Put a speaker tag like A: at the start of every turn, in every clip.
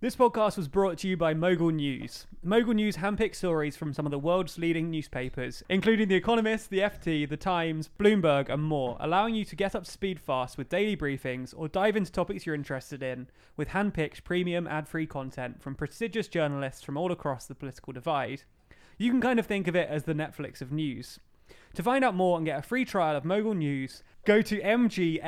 A: This podcast was brought to you by Mogul News. Mogul News handpicks stories from some of the world's leading newspapers, including The Economist, The FT, The Times, Bloomberg, and more, allowing you to get up to speed fast with daily briefings or dive into topics you're interested in with handpicked premium ad free content from prestigious journalists from all across the political divide. You can kind of think of it as the Netflix of news. To find out more and get a free trial of Mogul News, go to mgln.ws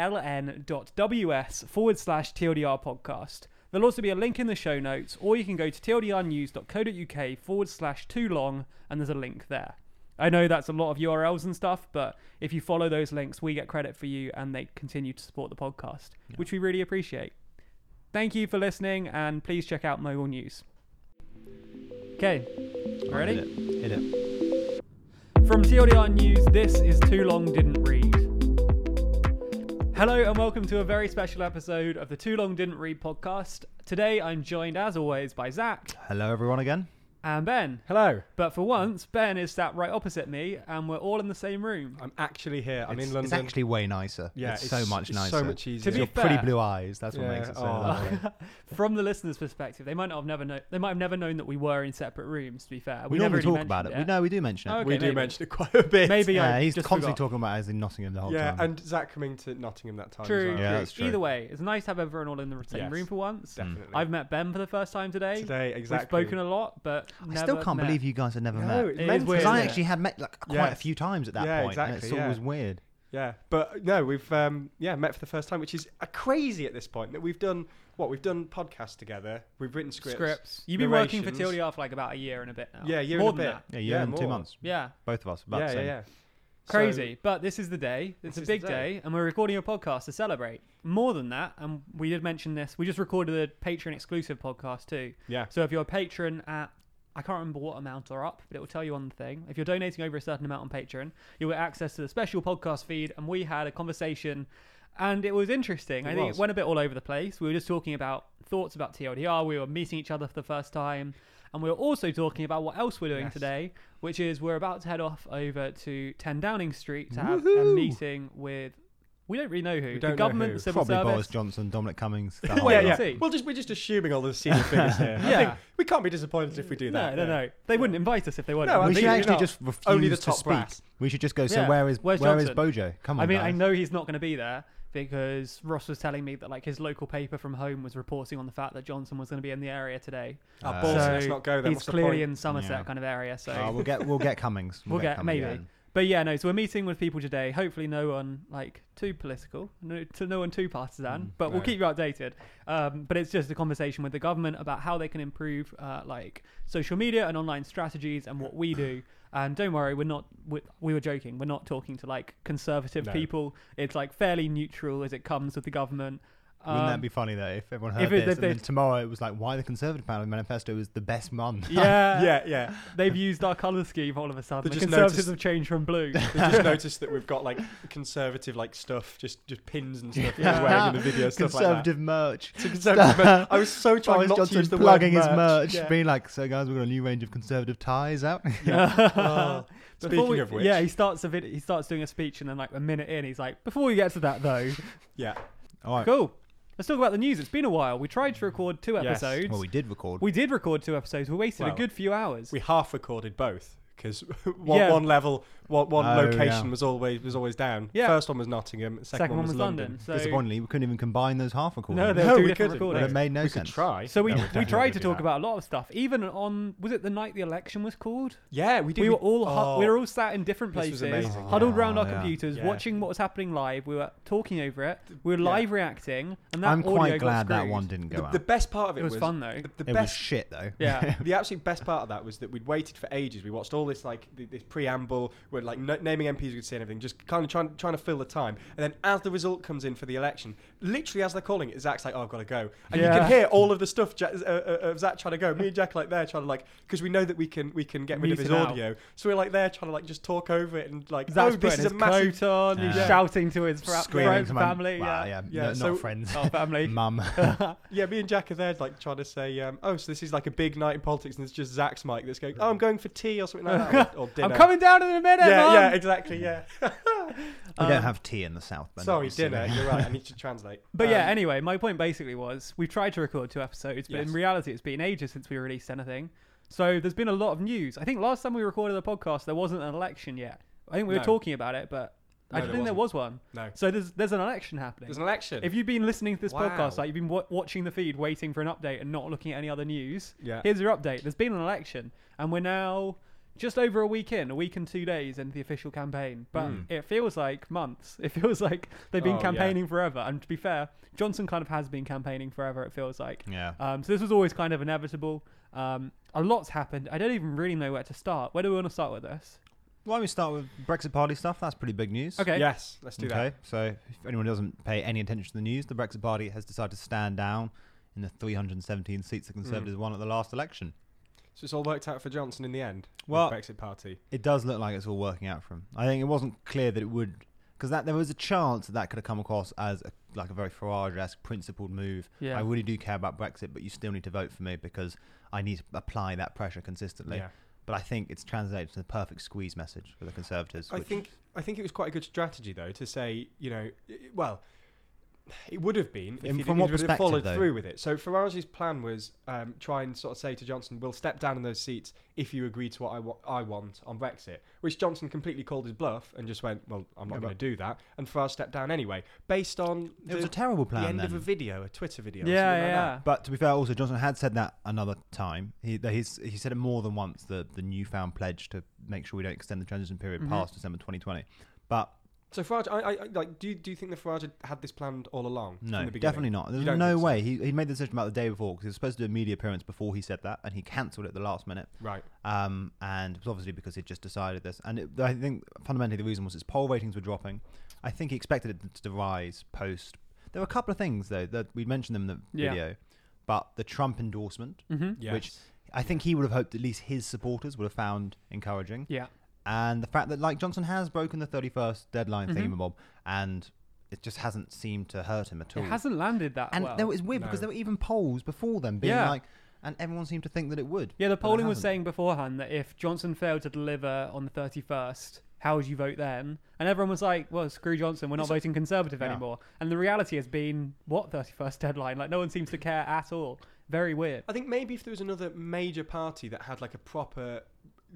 A: forward slash TLDR podcast. There'll also be a link in the show notes, or you can go to tldrnews.co.uk forward slash too long, and there's a link there. I know that's a lot of URLs and stuff, but if you follow those links, we get credit for you and they continue to support the podcast, which we really appreciate. Thank you for listening, and please check out Mogul News. Okay, ready?
B: Hit it. Hit it.
A: From TLDR News, this is Too Long Didn't Read. Hello and welcome to a very special episode of the Too Long Didn't Read podcast. Today I'm joined, as always, by Zach
B: Hello, everyone, again.
A: and Ben.
C: Hello.
A: But for once, Ben is sat right opposite me and we're all in the same room.
C: I'm actually here. I'm
B: it's,
C: in London.
B: It's actually way nicer.
C: yeah,
B: it's, so much
C: it's
B: nicer.
C: So much easier.
A: To be
B: Your
A: fair-
B: pretty blue eyes. That's what
C: Yeah,
B: makes it so
C: oh.
B: lovely.
A: From the listener's perspective, they might not have never know they might have never known that we were in separate rooms, to be fair.
B: We,
A: never
B: normally
A: really
B: talk about it.
A: mentioned
B: We know we do mention it.
A: Okay,
C: we do
A: maybe.
C: mention it quite a bit.
A: Maybe
B: yeah,
A: I
B: he's
A: just
B: constantly
A: forgot.
B: talking about it as in Nottingham the whole
C: Yeah,
B: time.
C: and Zach coming to Nottingham that time.
A: True,
C: As well.
B: Yeah,
A: true.
B: that's true.
A: Either way, it's nice to have everyone all in the same
C: Yes.
A: room for once.
C: Definitely.
A: mm. I've met Ben for the first time today.
C: today exactly.
A: We've spoken a lot, but
B: I still
A: never
B: can't
A: met.
B: believe you guys had never
C: no,
B: met.
C: it's
A: It is
C: mental,
A: weird,
B: Because
C: isn't
B: I
A: it?
B: actually had met like quite a
C: Yes.
B: few times at that
C: Yeah,
B: point, and
C: exactly,
B: it's
C: yeah.
B: always weird.
C: Yeah, but no, we've um, yeah met for the first time, which is uh, crazy at this point. That we've done what we've done podcasts together. We've written scripts.
A: scripts. You've been working for
C: narrations.
A: TLDR for like about a year and a bit now.
C: Yeah, year
A: More
C: and a
A: than
C: bit.
A: that.
B: Yeah, you and two
C: more.
B: months.
A: Yeah,
B: Both of us. About
C: Yeah,
B: the
C: yeah,
B: same.
C: yeah. So-
A: crazy. but this is the day. It's
C: This
A: a
C: is the
A: big day.
C: day.
A: and we're recording a podcast to celebrate. More than that, and we did mention this. We just recorded a Patreon exclusive podcast too.
C: yeah.
A: So if you're a patron at I can't remember what amount are up, but it will tell you on the thing. If you're donating over a certain amount on Patreon, you'll get access to the special podcast feed. And we had a conversation, and it was interesting. I
C: It
A: think it
C: was.
A: went a bit all over the place. We were just talking about thoughts about TLDR. We were meeting each other for the first time, and we were also talking about what else we're doing
C: Yes.
A: today, which is we're about to head off over to 10 Downing Street to have a
C: Woohoo!
A: meeting with. We don't really know who.
C: We
A: the
C: don't know
A: government,
C: who.
A: the civil
B: Probably Boris
A: service.
B: Johnson, Dominic Cummings. that
A: Yeah,
B: whole
C: yeah,
B: lot.
C: yeah.
A: see.
C: Well, just we're just assuming all the senior figures here. I
A: Yeah.
C: think we can't be disappointed if we do
A: no,
C: that.
A: no,
C: yeah.
A: no. They wouldn't invite us if they weren't.
C: No, I
B: We
C: think
B: should
C: you're
B: actually
C: not.
B: just refuse
C: Only the
B: to
C: top
B: speak.
C: brass.
B: We should just go. So
A: Yeah.
B: where is
A: Where's
B: where is
A: Johnson?
B: Bojo? Come on.
A: I mean, I
B: guys.
A: know he's not going to be there because Ross was telling me that like his local paper from home was reporting on the fact that Johnson was going to be in the area today.
C: Oh,
B: Uh,
C: balls,
A: so
C: let's not go then.
A: He's
C: What's the
A: clearly
C: point?
A: in Somerset
B: Yeah.
A: kind of area, so
B: Uh, we'll get we'll get Cummings.
A: we'll get
B: Cummings
A: maybe.
B: again.
A: But yeah, no. So we're meeting with people today. Hopefully, no one like too political, no, to no one too partisan. but we'll
C: Mm, no.
A: keep you updated. Um, but it's just a conversation with the government about how they can improve uh, like social media and online strategies and what we do. And don't worry, we're not. We, we were joking. We're not talking to like conservative
C: No.
A: people. It's like fairly neutral as it comes with the government.
B: Wouldn't
A: Um,
B: that be funny though if everyone heard
A: if it-
B: this
A: if
B: and then
A: they-
B: tomorrow it was like why the Conservative Party manifesto is the best month?
A: yeah,
C: Yeah, yeah.
A: They've used our colour scheme all of a sudden.
C: They
A: The
C: just
A: Conservatives
C: noticed-
A: have changed from blue.
C: They just noticed that we've got like conservative like stuff, just just pins and stuff that
A: Yeah.
C: we're wearing in the video, stuff like that.
B: Conservative merch.
C: So conservative merch. I was so trying
B: Boris
C: not
B: Johnson
C: to use the
B: plugging
C: word
B: his merch,
C: Yeah.
B: being like, "So guys, we've got a new range of Conservative ties out."
A: Before
C: Oh. Speaking
A: we-
C: of which,
A: yeah, he starts a vid- he starts doing a speech, and then like a minute in, he's like, "Before we get to that though,
C: yeah,
B: All right.
A: cool. Let's talk about the news. It's been a while. We tried to record two
C: Yes.
A: episodes.
B: Well,
A: we,
B: we did record.
A: did record two episodes. We wasted a
C: Well,
A: good few hours.
C: we half recorded both because one,
A: Yeah.
C: one level, one, one
B: Oh,
C: location
B: yeah.
C: was always was always down.
A: Yeah.
C: First one was Nottingham, second,
A: Second one was London. So,
B: Disappointingly, we couldn't even combine those half recordings.
A: No, they- There were
C: No,
A: two
C: we
A: different
C: couldn't.
A: recordings.
B: But it made no
C: we
B: sense.
C: Could try.
A: so we
C: No,
A: we
C: definitely
A: tried to
C: do
A: talk
C: that.
A: about a lot of stuff. Even on was it the night the election was called?
C: Yeah, we did.
A: we were all hu- we
C: oh,
A: were all sat in different
C: This was
A: places,
C: amazing.
A: huddled
B: Yeah.
A: round our
B: Oh, yeah.
A: computers,
C: Yeah.
A: watching what was happening live. We were talking over it. We were
C: Yeah.
A: live reacting, and that
B: I'm
A: audio
B: quite
A: got
B: glad that
A: screwed.
B: one didn't go
C: the,
B: out.
C: the best part of it,
A: It was fun, though.
C: The, the
B: it was
C: best
B: shit though.
A: Yeah,
C: The absolute best part of that was that we'd waited for ages. We watched all this like th- this preamble, we're like n- naming MPs we could say anything, just kind of trying trying to fill the time. And then as the result comes in for the election, literally as they're calling it, Zach's like, "Oh, I've got to go," and you
A: Yeah.
C: can hear all of the stuff ja- uh, uh, of Zach trying to go. Me and Jack are, like there trying to like because we know that we can we can get rid
A: Mute
C: of his
A: it out.
C: audio, so we're like there trying to like just talk over it and like,
A: Zach's
C: "Oh, this
A: putting
C: is
A: his
C: a massive."
A: coat on. He's
B: Yeah.
A: shouting to his fra-
B: Screaming
A: friends,
B: to my
A: family. yeah,
B: Wow, yeah,
C: Yeah,
B: no- not
C: so-
B: friends.
A: Our family.
B: Mum.
C: Yeah, me and Jack are there, like trying to say, um, "Oh, so this is like a big night in politics," and it's just Zach's mic that's going, "Oh, I'm going for tea or something like that, or, or dinner."
A: I'm coming down in a minute,
C: Yeah,
A: Mum.
C: yeah, exactly, yeah.
B: We
A: Um,
B: don't have tea in the south. but
C: Sorry,
B: obviously
C: dinner.
B: we-
C: You're right. I need to translate.
A: But yeah,
C: Um,
A: anyway, my point basically was we've tried to record two episodes, but in
C: Yes.
A: reality, it's been ages since we released anything. So there's been a lot of news. I think last time we recorded the podcast, there wasn't an election yet. I think we were
C: No.
A: talking about it, but I
C: No,
A: don't
C: there
A: think there was one.
C: no.
A: So there's there's an election happening.
C: There's an election.
A: if you've been listening to this podcast,
C: Wow.
A: like you've been w- watching the feed, waiting for an update and not looking at any other news,
C: Yeah.
A: here's your update. There's been an election, and we're now just over a week in, a week and two days into the official campaign. But it feels like months. It feels like they've been
C: Hmm. Oh, yeah.
A: campaigning forever. And to be fair, Johnson kind of has been campaigning forever. It feels like.
B: Yeah.
A: Um, so this was always kind of inevitable. Um, a lot's happened. I don't even really know where to start. Where do we want to start with this?
B: Why don't we start with Brexit Party stuff? That's pretty big news.
A: Okay.
C: Yes, let's do
B: Okay, so if anyone doesn't pay any attention to the news, the Brexit Party has decided to stand down in the 317 seats the
C: Mm.
B: Conservatives won at the last election.
C: that. So it's all worked out for Johnson in the end. with
B: Well-
C: Brexit Party.
B: It does look like it's all working out for him. I think it wasn't clear that it would, because that there was a chance that that could have come across as a, like a very Farage-esque principled move.
A: Yeah.
B: I really do care about Brexit, but you still need to vote for me because I need to apply that pressure consistently.
C: Yeah.
B: But I think it's translated to the perfect squeeze message for the Conservatives.
C: I
B: which-
C: think I think it was quite a good strategy though to say you know i- well it would have been
B: From-
C: if he
B: from
C: from
B: what
C: would have followed
B: perspective, though?
C: through with it. So Farage's plan was um, try and sort of say to Johnson, "We'll step down in those seats if you agree to what I, wa- I want on Brexit," which Johnson completely called his bluff and just went, "Well, I'm not
B: Yeah,
C: going
B: but-
C: to do that." And Farage stepped down anyway, based on
B: it was
C: the,
B: a terrible
C: the
B: plan.
C: end
B: then.
C: of a video, a Twitter video.
A: Yeah,
C: or something like
A: yeah.
C: that.
B: But to be fair, also Johnson had said that another time. He that he's, he said it more than once. The the newfound pledge to make sure we don't extend the transition period
A: Mhm.
B: past December 2020. But
C: So Farage, I, I I- like. Do you, do you think that Farage had- had this planned all along?
B: no,
C: from the beginning?
B: definitely not.
C: You
B: There's
C: don't
B: no
C: think so?
B: way. He, he made the decision about the day before because he was supposed to do a media appearance before he said that, and he cancelled it at the last minute.
C: Right.
B: Um, and it was obviously because he'd just decided this. And it, I think fundamentally the reason was his poll ratings were dropping. I think he expected it to rise post. There were a couple of things though that we mentioned them in the
A: Yeah.
B: video, but the Trump endorsement.
A: hmm
C: Yes.
B: Which- I think he would have hoped at least his supporters would have found encouraging.
A: Yeah.
B: And the fact that, like, Johnson has broken the 31st deadline
C: Mm-hmm.
A: Mhm.
B: thingamabob, and it just hasn't seemed to hurt him at all.
A: It hasn't landed that
B: and
A: well.
B: there, it's weird because there
C: No.
B: were even polls before them being
A: Yeah.
B: like, and everyone seemed to think that it would.
A: Yeah, the
B: it
A: polling was
B: hasn't.
A: saying beforehand that if Johnson failed to deliver on the 31st, how would you vote then? And everyone was like, well, screw Johnson, we're not
C: It's a-
A: voting Conservative
B: Yeah.
A: anymore. And the reality has been, what 31st deadline? Like, no one seems to care at all. Very weird.
C: I think maybe if there was another major party that had like a proper,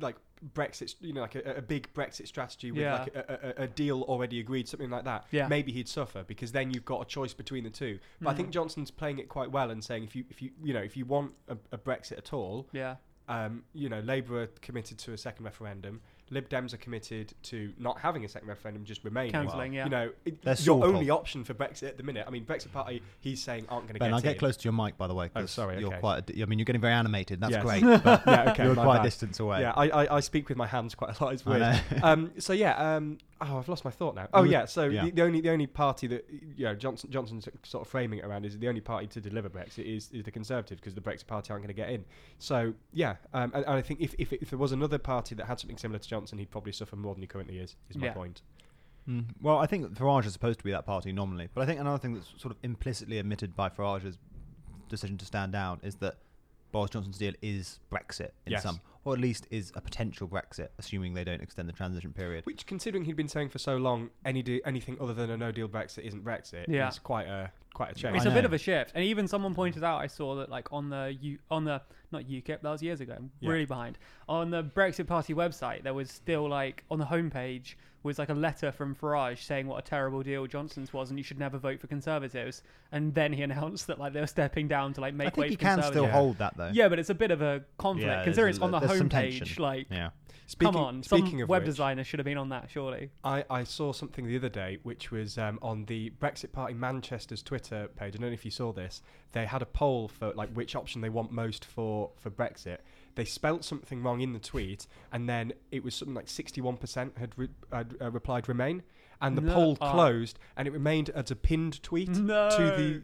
C: like Brexit, you know, like a, a big Brexit strategy with
A: Yeah.
C: like a, a, a deal already agreed, something like that.
A: Yeah. Mm-hmm.
C: Maybe he'd suffer because then you've got a choice between the two. But I think Johnson's playing it quite well and saying if you if you you know if you want a, a Brexit at all,
A: Yeah.
C: um, you know, Labour are committed to a second referendum. Lib Dems are committed to not having a second referendum, just remaining.
A: Cancelling, yeah.
C: You know, it-
B: They're
C: your
B: sort of.
C: only option for Brexit at the minute. I mean, Brexit Party, he's saying aren't going to
B: Ben,
C: get
B: I'll get
C: in.
B: close to your mic, by the way. 'cause
C: Oh, sorry,
B: You're
C: okay.
B: quite. a di- I mean, you're getting very animated. That's
C: Yes.
B: great. But
C: Yeah, okay.
B: you're
C: my
B: quite a
C: bad.
B: distance away.
C: Yeah, I, I, I speak with my hands quite a lot. It's
B: I
C: weird.
B: know.
C: um, so yeah, um, oh, I've lost my thought now. Oh
B: You were-
C: yeah, so
B: yeah.
C: The, the only the only party that you know Johnson Johnson's sort of framing it around is the only party to deliver Brexit is, is the Conservatives because the Brexit Party aren't going to get in. So yeah, um, and, and I think if, if if there was another party that had something similar to Johnson, he'd probably suffer more than he currently is. Is my
A: Yeah.
C: point.
B: Mm. Well, I think Farage is supposed to be that party nominally, but I think another thing that's sort of implicitly admitted by Farage's decision to stand down is that Boris Johnson's deal is Brexit in
C: Yes.
B: some, or at least is a potential Brexit, assuming they don't extend the transition period.
C: Which, considering he'd been saying for so long, any de- anything other than a No Deal Brexit isn't Brexit.
A: Yeah.
C: is quite a quite a change.
A: It's
B: I
A: a bit
B: know.
A: of a shift. And even someone pointed out, I saw that, like, on the, U- on the not UKIP, that was years ago. I'm
C: Yeah.
A: really behind. On the Brexit Party website, there was still, like, on the homepage, was like a letter from Farage saying what a terrible deal Johnson's was and you should never vote for Conservatives. And then he announced that, like, they were stepping down to, like,
B: I
A: make way
B: think he
A: for
B: can
A: Conservatives.
B: still
C: Yeah.
B: hold that though.
A: Yeah, but it's a bit of a conflict
B: Yeah,
A: considering
B: there's
A: it's
B: a-
A: on the
B: there's some
A: homepage.
B: tension.
A: Like,
B: Yeah.
C: Speaking,
A: come on, some
C: speaking of
A: web
C: which,
A: designer should have been on that, surely.
C: I, I saw something the other day, which was um, on the Brexit Party Manchester's Twitter page. I don't know if you saw this. They had a poll for like which option they want most for for Brexit. They spelt something wrong in the tweet, and then it was something like sixty-one percent had, re- had uh, replied Remain, and the
A: No.
C: poll
A: Ah.
C: closed, and it remained as a pinned tweet
A: No.
C: to the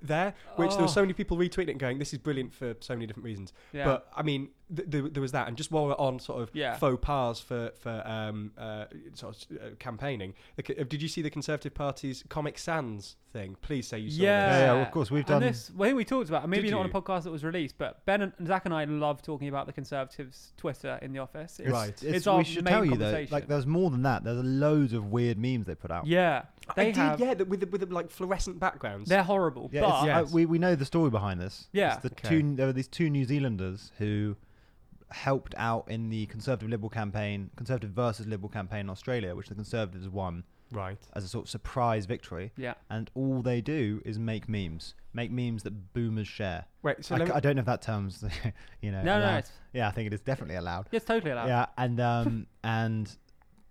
C: there. Which there were
A: Oh.
C: so many people retweeting it, and going, "This is brilliant for so many different reasons."
A: Yeah.
C: But I mean, th- there, there was that, and just while we're on sort of
A: Yeah.
C: faux pas for for um, uh, sort of uh, campaigning, the, co- uh, did you see the Conservative Party's Comic Sans thing? Please say you saw
A: Yeah.
C: this.
B: Yeah, yeah, of course, we've
A: And
B: done-
A: this. Well, I think we talked about it, maybe
C: Did
A: not on a
C: you?
A: podcast that was released, but Ben and Zach and I love talking about the Conservatives' Twitter in the office. It's-
C: Right.
B: It's,
A: It's
B: we
A: our
B: should
A: main
B: tell you though.
A: conversation.
B: Like, there's more than that. There's loads of weird memes they put out.
A: Yeah,
C: I
A: they
C: did,
A: have.
C: yeah, the, with the, with the, like fluorescent backgrounds.
A: They're horrible,
B: Yeah,
A: but
B: it's- uh,
C: Yes.
B: we, we know the story behind this.
A: Yeah.
B: It's the
C: Okay.
B: two, there were these two New Zealanders who helped out in the Conservative Liberal campaign, Conservative versus Liberal campaign in Australia, which the Conservatives won
C: Right.
B: as a sort of surprise victory.
A: yeah.
B: And all they do is make memes, make memes that boomers share.
C: Wait. So
B: I,
C: let
B: c-
C: me-
B: I don't know if that term's, you know.
A: No, no,
B: allowed.
A: it's,
B: Yeah, I think it is definitely allowed.
A: it's totally allowed.
B: Yeah, and um, and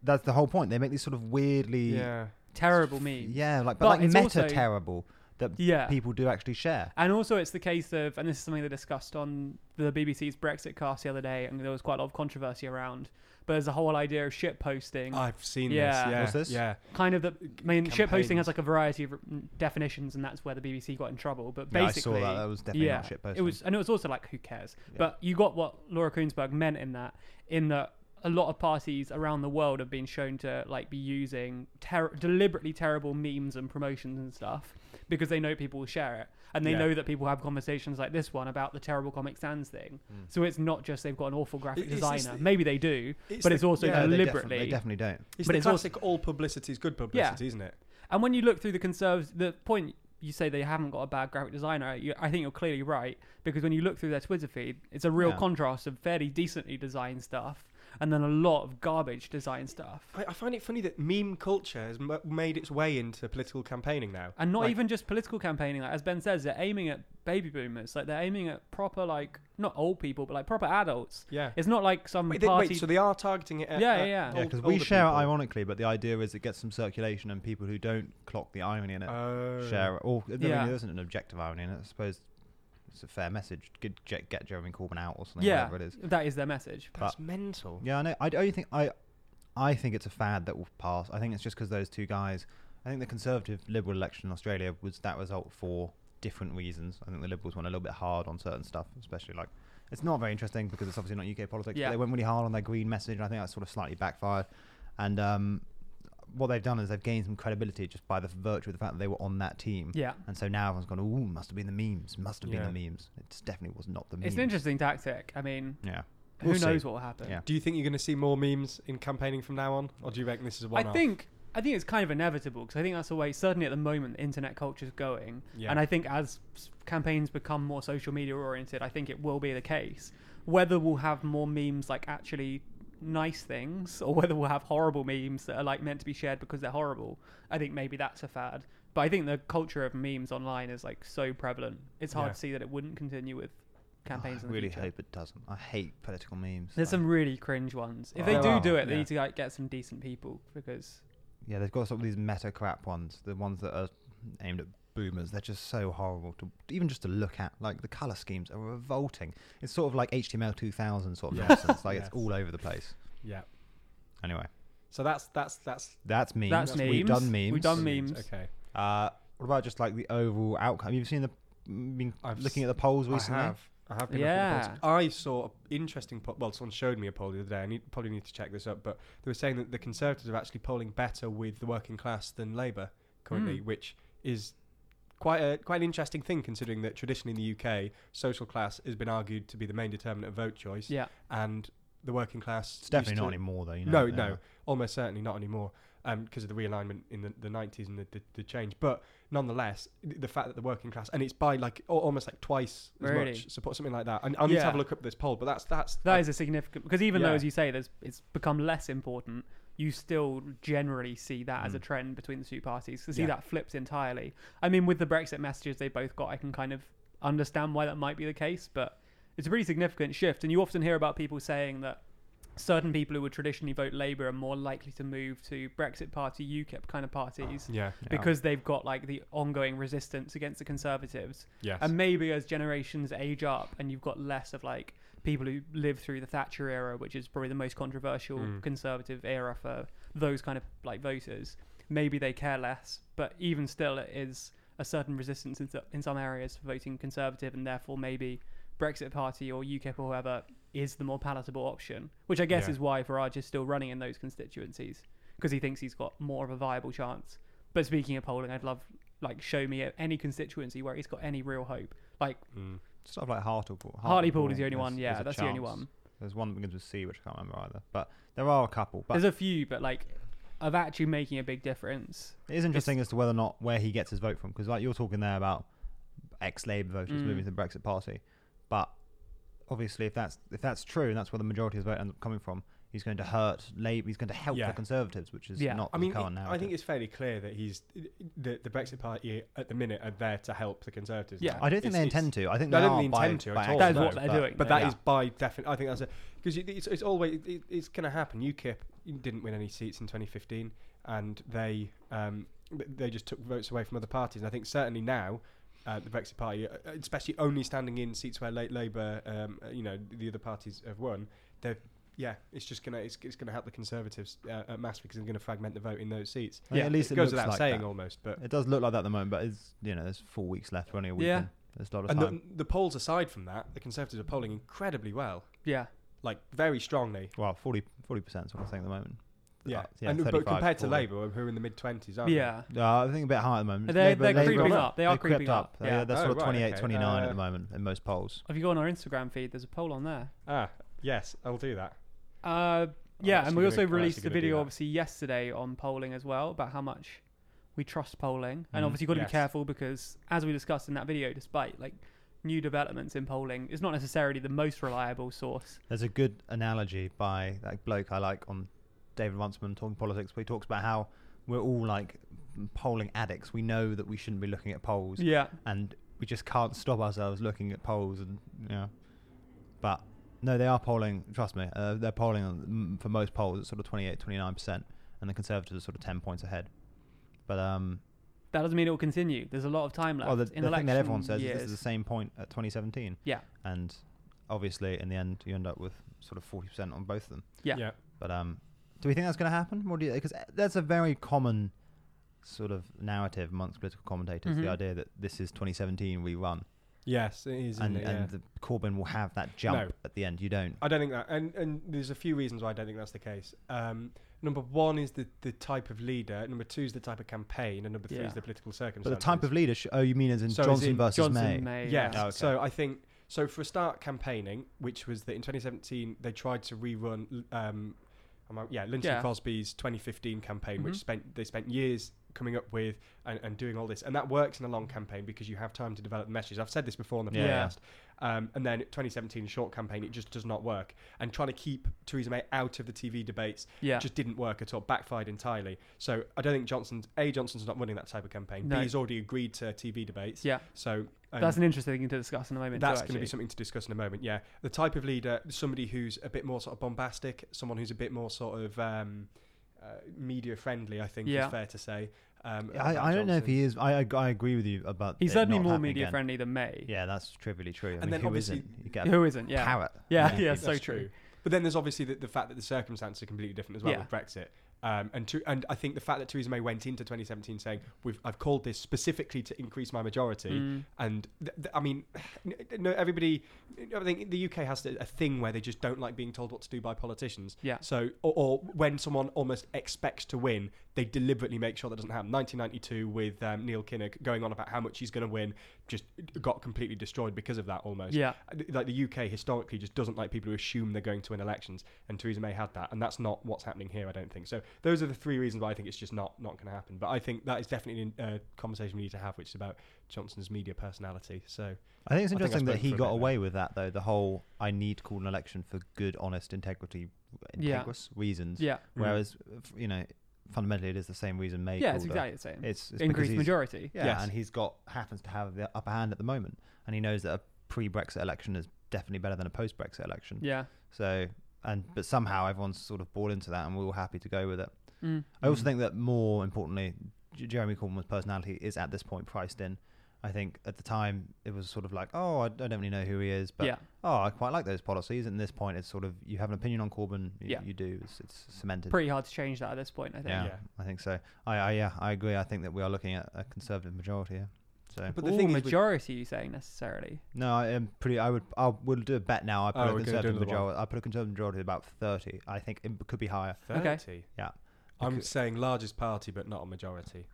B: that's the whole point. They make these sort of weirdly,
C: yeah.
A: Terrible meme.
B: yeah, like
A: But
B: but, like
A: it's
B: meta
A: also-
B: terrible that
A: Yeah.
B: people do actually share.
A: And also, it's the case of, and this is something they discussed on the BBC's Brexit cast the other day, and there was quite a lot of controversy around. But there's the whole idea of shit posting,
C: I've seen
A: Yeah.
C: this. Yeah.
B: What's this?
C: Yeah.
A: kind of the. I mean, shit posting
C: campaigns.
A: has like a variety of mm, definitions, and that's where the BBC got in trouble. But
B: Yeah,
A: basically,
B: I saw that. That was definitely not shit
A: It
B: posting.
A: was, and it was also like, who cares?
B: Yeah.
A: But you got what Laura Koonsberg meant in that, in that a lot of parties around the world have been shown to like be using ter- deliberately terrible memes and promotions and stuff because they know people will share it, and they
C: Yeah.
A: know that people have conversations like this one about the terrible Comic Sans thing.
B: Mm.
A: So it's not just they've got an awful graphic
C: It- it's-
A: designer.
C: it's the-
A: Maybe they do,
C: it's
A: but
C: the-
A: it's also
C: yeah,
B: they defin-
A: deliberately.
B: they definitely don't.
C: It's
A: But
C: the
A: it's also-
C: classic all publicity is good publicity, isn't it?
A: And when you look through the conservatives, the point you say they haven't got a bad graphic designer, you, I think you're clearly right because when you look through their Twitter feed, it's a real
B: Yeah.
A: contrast of fairly decently designed stuff and then a lot of garbage design stuff.
C: I, I find it funny that meme culture has m- made its way into political campaigning now.
A: And not
C: Like-
A: even just political campaigning, like as Ben says, they're aiming at baby boomers, like they're aiming at proper, like not old people, but like proper adults.
C: Yeah.
A: It's not like some
C: Wait, they,
A: party.
C: wait, so they are targeting it at
A: Yeah,
C: at
A: yeah, yeah.
B: Yeah,
C: old-
B: because we
C: older
B: share
C: people.
B: it ironically, but the idea is it gets some circulation and people who don't clock the irony in it
C: Oh.
B: share it. Or I mean,
A: Yeah.
B: there isn't an objective irony in it. I suppose it's a fair message. Get, Je- get Jeremy Corbyn out or something,
A: yeah,
B: whatever it is.
A: that is their message.
C: That's mental.
B: Yeah, I know. I only think I, I think it's a fad that will pass. I think it's just because those two guys. I think the Conservative Liberal election in Australia was that result for different reasons. I think the Liberals went a little bit hard on certain stuff, especially like it's not very interesting because it's obviously not UK politics.
A: Yeah.
B: But they went really hard on their green message, and I think that sort of slightly backfired. And um, what they've done is they've gained some credibility just by the virtue of the fact that they were on that team.
A: Yeah.
B: And so now everyone's gone, "Ooh, must have been the memes. Must have
C: Yeah.
B: been the memes." It definitely was not the memes.
A: It's an interesting tactic. I mean,
B: Yeah.
A: who
B: Hmm. We'll see.
A: knows what will happen?
B: Yeah.
C: Do you think you're going to see more memes in campaigning from now on, or do you reckon this is a one?
A: I think I think it's kind of inevitable because I think that's the way certainly at the moment internet culture is going,
C: Yeah.
A: and I think as s- campaigns become more social media oriented, I think it will be the case. Whether we'll have more memes like actually nice things, or whether we'll have horrible memes that are like meant to be shared because they're horrible, I think maybe that's a fad. But I think the culture of memes online is like so prevalent. It's hard
C: Yeah.
A: to see that it wouldn't continue with campaigns. in
B: I
A: the
B: really
A: future.
B: hope it doesn't. I hate political memes.
A: There's
B: Like,
A: some really cringe ones. If they
B: There
A: do
B: are,
A: do it, they
C: Oh, yeah.
A: need to like get some decent people because
B: yeah, they've got some of these meta crap ones, the ones that are aimed at boomers. They're just so horrible to even just to look at. Like the color schemes are revolting. It's sort of like HTML 2000 sort of
C: Yeah.
B: nonsense. Like
C: Yes.
B: it's all over the place.
C: Yeah.
B: Anyway,
C: So that's that's that's
B: that's memes.
A: That's
B: We've done
A: memes.
B: memes.
A: We've done memes.
C: Okay.
B: Uh, what about just like the overall outcome? You've seen the been
C: I've
B: looking at the polls
C: I
B: recently.
C: have. I have been looking at the polls.
A: Yeah.
C: I saw an interesting poll. Well, someone showed me a poll the other day. I need, probably need to check this up, but they were saying that the Conservatives are actually polling better with the working class than Labour currently,
A: Mm.
C: which is quite a quite an interesting thing considering that traditionally in the UK, social class has been argued to be the main determinant of vote choice,
A: yeah.
C: and the working class.
B: It's definitely
C: used
B: not
C: to-
B: anymore though. You know, uh,
C: no,
B: they're-
C: no, almost certainly not anymore because of the realignment in the, the 90s and the, the, the change. But nonetheless, th- the fact that the working class, and it's by like al- almost like twice as
A: Really?
C: much support, something like that. And I'll need to have
A: Yeah.
C: a look up this poll, but that's, that's,
A: That is a significant because even though,
C: Yeah.
A: as you say, there's it's become less important, you still generally see that as a
B: Mm.
A: trend between the two parties. To see
C: Yeah.
A: that flipped entirely. I mean, with the Brexit messages they both got, I can kind of understand why that might be the case, but it's a pretty significant shift. And you often hear about people saying that certain people who would traditionally vote Labour are more likely to move to Brexit Party, UKIP kind of parties.
C: yeah,
B: Yeah.
A: Because they've got like the ongoing resistance against the Conservatives,
C: yes.
A: and maybe as generations age up and you've got less of like people who lived through the Thatcher era, which is probably the most controversial
C: Mm.
A: conservative era for those kind of like voters, maybe they care less. But even still, it is a certain resistance in, so- in some areas for voting conservative, and therefore maybe Brexit Party or UKIP or whoever is the more palatable option, which I guess
B: Yeah.
A: is why Farage is still running in those constituencies because he thinks he's got more of a viable chance. But speaking of polling, I'd love like show me any constituency where he's got any real hope. Like
C: Mm.
B: Sort of like Hartlepool.
A: Hartlepool is the only
B: there's-
A: one. Yeah,
B: there's a
A: that's the only
B: chance.
A: one.
B: There's one that begins with C, which I can't remember either. But there are a couple. But
A: There's a few, but like of actually making a big difference.
B: It is interesting as to whether or not where he gets his vote from, because like you're talking there about ex-Labour voters
A: Mm.
B: moving to the Brexit Party, but obviously if that's if that's true and that's where the majority of his vote ends up coming from, he's going to hurt Labour. He's going to help
C: Yeah.
B: the Conservatives, which is
A: Yeah.
B: not
C: I mean,
B: the current
C: it-
B: narrative.
C: I think it's fairly clear that he's the, the Brexit Party at the minute are there to help the Conservatives.
A: Yeah.
B: I don't think
C: It's-
B: they
C: it's-
B: intend to. I think
C: No, I
B: they
C: don't
B: are
C: think they
B: by-
C: intend to at
B: by
C: all.
B: accident,
A: That's what they're
B: but-
A: doing.
C: But
A: though.
C: that is
A: Yeah.
C: by definite. I think that's a because it's, it's always it, it's going to happen. UKIP didn't win any seats in 2015, and they um, th- they just took votes away from other parties. And I think certainly now. Uh, the Brexit Party, uh, uh, especially only standing in seats where late Labour, um, uh, you know, the other parties have won, they're yeah, it's just gonna it's, it's gonna help the Conservatives uh, at mass because they're gonna fragment the vote in those seats.
B: I mean,
A: Yeah,
B: at least it,
C: it
B: looks
C: goes without
B: like
C: saying
B: that.
C: almost, but
B: It does look like that at the moment, but it's you know there's four weeks left, only a week.
A: Yeah.
B: in. There's a lot of
C: and
B: time.
C: the, the polls aside from that, the Conservatives are polling incredibly well,
A: Yeah.
C: like very strongly.
B: well, 40 percent is what I think at the moment.
C: Yeah,
B: Uh,
C: and, but
B: 35,
C: compared to
B: 40.
C: Labour, who are in the mid twenties, aren't
A: Yeah.
B: Uh, I think a bit higher at the moment.
A: They're-
B: Labour-
A: they're
B: Labour-
A: creeping up. They are
B: they've crept
A: creeped up.
B: They're,
A: Yeah.
B: they're
C: Oh,
B: sort of
C: right,
B: 28,
C: okay.
B: 29 at
C: Uh,
B: the moment in most polls.
A: If you go on our Instagram feed, there's a poll on there.
C: they? Ah, yes, I'll do that.
A: Uh,
B: Oh,
A: yeah, and
C: actually
A: we
C: gonna-
A: also
C: I'm actually
A: released a
C: gonna do
A: video
C: that.
A: obviously yesterday on polling as well about how much we trust polling, and
B: Mhm.
A: obviously you've got to
C: Yes.
A: be careful because as we discussed in that video, despite like new developments in polling, it's not necessarily the most reliable source.
B: There's a good analogy by that bloke I like on David Runciman talking politics. Where he talks about how we're all like polling addicts. We know that we shouldn't be looking at polls,
A: Yeah,
B: and we just can't stop ourselves looking at polls. And you know. but no, they are polling. Trust me, uh, they're polling on- mm, for most polls at sort of 28, 29 percent, and the Conservatives are sort of 10 points ahead. But um,
A: that doesn't mean it will continue. The's a lot of time left.
B: Well, the,
A: in
B: the thing that everyone
A: election
B: says
A: years.
B: is this is the same point at 2017.
A: Yeah.
B: And obviously, in the end, you end up with sort of 40% on both of them.
A: Yeah.
C: yeah.
B: But um, do we think that's going to happen? What do you? Because that's a very common sort of narrative amongst political commentators:
A: Mhm.
B: the idea that this is 2017 we run,
C: Yes, it is.
B: and
C: isn't it?
B: and
C: Yeah.
B: the Corbyn will have that jump
C: No.
B: at the end. You don't.
C: I don't think that, and and there's a few reasons why I don't think that's the case. Um, number one is the the type of leader. Number two is the type of campaign, and number three
A: Yeah.
C: is the political circumstances.
B: But the type of leader. Sh- oh, you mean as in
C: So is
B: Johnson
C: in
B: versus
A: Johnson
B: May?
A: May.
C: Yeah.
B: Oh, okay.
C: So I think so for a start campaigning, which was that in 2017 they tried to rerun. Um, am I- yeah, Linton
A: Yeah.
C: Crosby's 2015 campaign,
A: Mhm.
C: which spent they spent years coming up with and, and doing all this, and that works in a long campaign because you have time to develop the message. I've said this before on the
B: Yeah, yeah.
C: podcast. Um, and then 2017 short campaign, it just does not work. And trying to keep Theresa May out of the TV debates
A: Yeah,
C: just didn't work at all, backfired entirely. So I don't think Johnson's a Johnson's not running that type of campaign.
A: No.
C: B he's already agreed to TV debates.
A: yeah.
C: So um,
A: That's an interesting thing to discuss in a moment. too,
C: that's going to be
A: actually.
C: something to discuss in a moment. Yeah, the type of leader, somebody who's a bit more sort of bombastic, someone who's a bit more sort of um, uh, media friendly. I think
A: Yeah.
C: is fair to say. Um,
B: I,
C: about
B: I don't know if
C: Johnson.
B: he is. I, I I agree with you about.
A: He's
B: it
A: certainly
B: not
A: more
B: happening
A: media
B: again.
A: friendly than May.
B: Yeah, that's trivially true. I mean,
C: then
B: who
C: obviously-
B: isn't? You get a
A: Who isn't? Yeah.
B: parrot.
A: Yeah,
B: Yeah,
A: yeah,
B: that's
A: so
C: That's
A: true.
C: But then there's obviously the, the fact that the circumstances are completely different as well
A: Yeah.
C: with Brexit. Um, and to, and I think the fact that Theresa May went into 2017 saying we've I've called this specifically to increase my majority,
A: Mm.
C: and th- th- I mean, n- no, everybody. I think the UK has a thing where they just don't like being told what to do by politicians.
A: Yeah.
C: So, or, or when someone almost expects to win, they deliberately make sure that doesn't happen. 1992 with um, Neil Kinnock going on about how much he's going to win, just got completely destroyed because of that almost.
A: Yeah.
C: Like the UK historically just doesn't like people who assume they're going to win elections, and Theresa May had that, and that's not what's happening here. I don't think so. Those are the three reasons why I think it's just not not going to happen. But I think that is definitely a conversation we need to have, which is about Johnson's media personality. So
B: I think it's
C: I think I
B: interesting that
C: spoke
B: he
C: for a
B: got
C: bit
B: away with that though. The whole I need to call an election for good, honest, integrity,
A: Yeah.
B: integrous reasons.
A: Yeah,
B: Whereas f- you know, fundamentally, it is the same reason May.
A: yeah.
B: called
A: It's
B: it.
A: exactly the same.
B: It's, it's because
A: Increased
B: he's-
A: majority.
B: Yeah,
C: Yes.
B: and he's got happens to have the upper hand at the moment, and he knows that a pre-Brexit election is definitely better than a post-Brexit election.
A: Yeah.
B: So and but somehow everyone's sort of bought into that, and we're all happy to go with it.
A: Mm.
B: I also
C: Mm.
B: think that more importantly, J- Jeremy Corbyn's personality is at this point priced in. I think at the time it was sort of like, oh, I I don't really know who he is, but
A: yeah.
B: oh, I quite like those policies. And at this point, it's sort of you have an opinion on Corbyn, you,
A: Yeah.
B: you do. It's, it's cemented.
A: Pretty hard to change that at this point, I think.
B: yeah,
C: Yeah.
B: I think so. I, I yeah, I agree. I think that we are looking at a conservative majority here. So
C: But
A: But
C: the thing is with-
A: majority you saying necessarily.
B: no, I am pretty. I would. I would do a bet now. I put
C: Oh,
B: a
C: we're gonna do
B: conservative
C: another one.
B: majority. I put a conservative majority of about thirty. I think it could be higher.
A: Okay.
C: 30?
B: Yeah.
C: I'm
B: Okay.
C: saying largest party, but not a majority.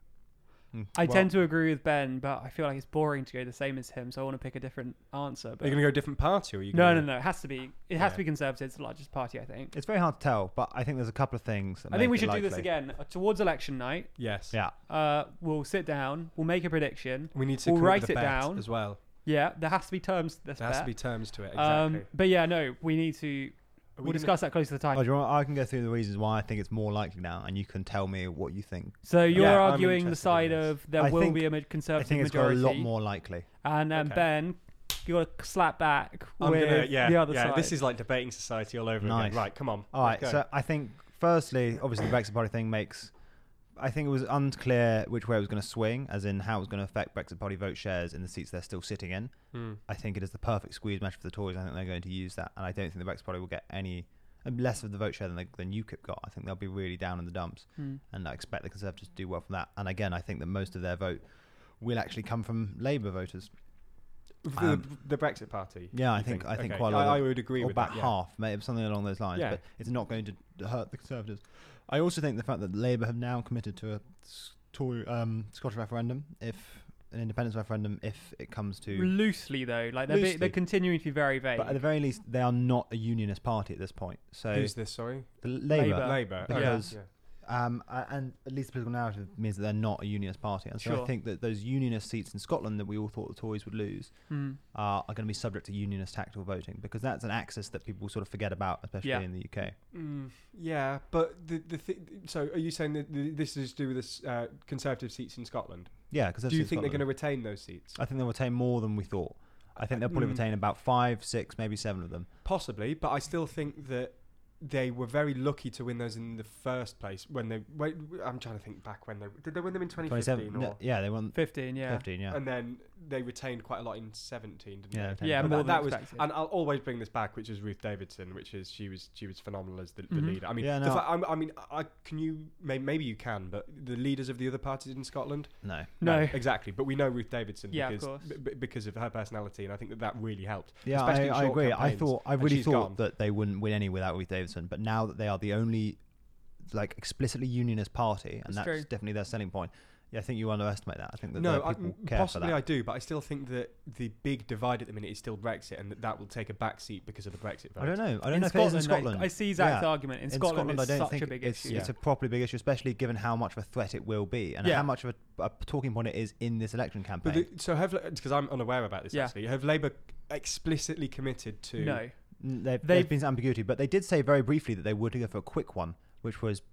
A: I
B: Well,
A: tend to agree with Ben, but I feel like it's boring to go the same as him, so I want to pick a different answer.
C: Are you
A: But
C: going to go different party, or are you?
A: no, no,
C: gonna...
A: no. It has to be. It has
C: Yeah.
A: to be conservative. It's the largest party, I think.
B: It's very hard to tell, but I think there's a couple of things. that
A: I think
B: make
A: we
B: it
A: should do this
B: likely.
A: again uh, towards election night.
C: Yes.
B: Yeah.
A: Uh, we'll sit down. We'll make a prediction.
C: We need to
A: We'll
C: come up
A: write
C: with a
A: it
C: bet
A: down.
C: as well.
A: Yeah, there has to be terms. To this
C: There has to
A: bet.
C: be terms to it. Exactly.
A: Um, but yeah, no, we need to.
C: Are we
A: we'll
C: gonna-
A: discuss that closer to the time.
B: Oh, do you want, I can go through the reasons why I think it's more likely now, and you can tell me what you think.
A: So you're
C: Yeah, I'm
A: arguing
C: interested in
A: the side
C: this.
A: of there
B: I
A: will
B: think-
A: be a ma-
B: I
A: conservative
B: think it's got a
A: majority,
B: lot more likely.
A: and um,
C: Okay.
A: Ben, you got to slap back
C: I'm
A: with
C: gonna, yeah,
A: the other
C: yeah.
A: side.
C: This is like debating society all over
B: Nice.
C: again. Right, come on.
B: All right.
C: let's go.
B: So I think, firstly, obviously, the Brexit Party thing makes. I think it was unclear which way it was going to swing, as in how it was going to affect Brexit Party vote shares in the seats they're still sitting in.
C: Hmm.
B: I think it is the perfect squeeze match for the Tories. I think they're going to use that, and I don't think the Brexit Party will get any um, less of the vote share than, they, than UKIP got. I think they'll be really down in the dumps,
A: Hmm.
B: and I expect the Conservatives to do well from that. And again, I think that most of their vote will actually come from Labour voters.
C: The-
B: um,
C: the, Brexit party.
B: Yeah, I
C: you
B: think, I think
C: Okay,
B: quite a lot.
C: I, I
B: of,
C: would agree
B: or
C: with
B: about
C: that. yeah.
B: half, maybe something along those lines.
C: Yeah.
B: But it's not going to hurt the Conservatives. I also think the fact that Labour have now committed to a s- Tory um, Scottish referendum, if an independence referendum, if it comes to
A: loosely though, like they're, be-
B: Loosely.
A: they're continuing to be very vague.
B: But uh, at the very least, they are not a unionist party at this point. So
C: Who's this? Sorry,
B: the Labour,
A: Labour.
C: Labour. okay,
B: Because-
C: yeah.
B: um, a- and at least the political narrative means that they're not a unionist party. And so I
A: Sure.
B: think that those unionist seats in Scotland that we all thought the Tories would lose
A: Hmm.
B: are, are going to be subject to unionist tactical voting because that's an axis that people sort of forget about, especially
A: Yeah.
B: in the UK.
C: Mm, yeah, but the the thi- so are you saying that th this is to do with this uh, conservative seats in Scotland?
B: Yeah, because
C: Do you think they're going to retain those seats?
B: I think they'll retain more than we thought. I think they'll probably
C: Mm.
B: retain about five, six, maybe seven of them.
C: Possibly, but I still think that they were very lucky to win those in the first place when they. Wait, I'm trying to think back when they did they win them in 2015
B: Twenty-seven.
C: or
B: no, yeah, they won
A: Fifteen, yeah,
B: fifteen. Yeah,
C: and then they retained quite a lot in 17, didn't
B: Yeah,
C: they?
B: okay.
A: yeah,
C: But
A: more
C: that, that
A: than
C: was,
A: expected.
C: and I'll always bring this back, which is Ruth Davidson, which is she was she was phenomenal as the, the
A: Mhm.
C: leader. I mean,
B: Yeah,
C: the
B: no.
C: fa- I'm- I mean, I can you may, maybe you can, but the leaders of the other parties in Scotland,
B: no.
A: no,
C: exactly. But we know Ruth Davidson
A: Yeah, of
C: because
A: course.
C: b- b- because of her personality, and I think that that really helped.
B: Yeah, I,
C: especially in
B: I
C: short
B: agree. I
C: campaigns,
B: thought I
C: and
B: really
C: she's
B: thought
C: gone.
B: that they wouldn't win any without Ruth Davidson, but now that they are the only like explicitly unionist party, and
A: It's
B: that's
A: true.
B: definitely their selling point. Yeah, I think you underestimate that. I think that
C: no,
B: the
C: I,
B: people
C: m-
B: care
C: possibly
B: for that.
C: I do, but I still think that the big divide at the minute is still Brexit, and that that will take a backseat because of the Brexit vote.
B: I don't know. I don't
A: in
B: know if
A: Scotland,
B: it is in Scotland.
A: I, I see Zach's
B: Yeah.
A: argument. In, Scotland, it's
B: I don't
A: such
B: think
A: a big
B: it's,
A: issue.
B: it's a properly big issue, especially given how much of a threat it will be and
A: Yeah.
B: how much of a, a talking point it is in this election
C: But
B: campaign.
C: the, so have because I'm unaware about this
A: Yeah.
C: actually. Have Labour explicitly committed to
A: No,
B: N- They've,
A: They've-
B: they've been ambiguity, but they did say very briefly that they would go for a quick one, which was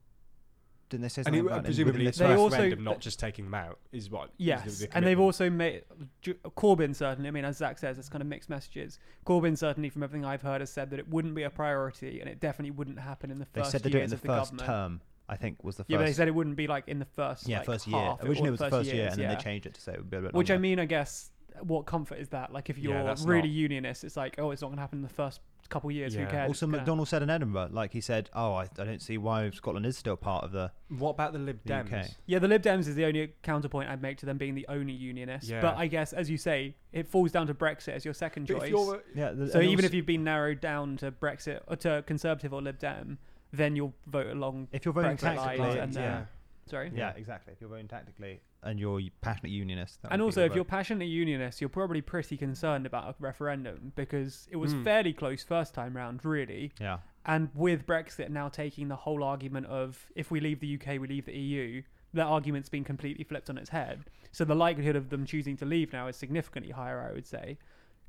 B: didn't they say
C: And
B: something
C: it,
B: about
C: presumably,
B: in-
C: it's
A: They
C: first
A: also-
C: referendum, not just taking them out, is what. is the-
A: yes,
C: the
A: and they've
C: commitment.
A: also made Ju- Corbyn certainly. I mean, as Zach says, it's kind of mixed messages. Corbyn certainly, from everything I've heard, has said that it wouldn't be a priority, and it definitely wouldn't happen in the
B: they
A: first
B: said they'd do it
A: years
B: in
A: of
B: the
A: the
B: first
A: government.
B: term. I think was the first
A: Yeah, but they said it wouldn't be like in the first
B: yeah
A: like,
B: first year.
A: half, or
B: Originally it was the first year,
A: years,
B: and then
A: yeah.
B: they changed it to say it would be a bit
A: Which I
B: longer.
A: mean, I guess, what comfort is that? Like, if
C: Yeah,
A: you're
C: that's
A: really
C: not-
A: unionist, it's like, oh, it's not going to happen in the first couple years.
C: Yeah.
A: Who cares?
B: Also,
A: It's gonna-
B: McDonald said in Edinburgh, like he said, "Oh, I, I don't see why Scotland is still part of the."
C: What about the Lib
B: The
C: Dems?
B: UK.
A: Yeah, the Lib Dems is the only counterpoint I'd make to them being the only unionist.
C: Yeah.
A: But I guess, as you say, it falls down to Brexit as your second
C: But
A: choice.
C: if you're, uh,
B: Yeah. The,
A: so even if you've been narrowed down to Brexit or to Conservative or Lib Dem, then you'll vote along.
B: if you're voting
A: Brexit lies
B: tactically,
A: and, uh,
B: yeah,
A: Sorry.
B: yeah, exactly. If you're voting tactically and you're a passionate unionist, that
A: And
B: would be
A: also,
B: your
A: if
B: vote.
A: you're passionate unionist, you're probably pretty concerned about a referendum because it was
C: Mm.
A: fairly close first time round, really.
B: yeah,
A: And with Brexit now taking the whole argument of if we leave the UK, we leave the EU, that argument's been completely flipped on its head. So the likelihood of them choosing to leave now is significantly higher, I would say.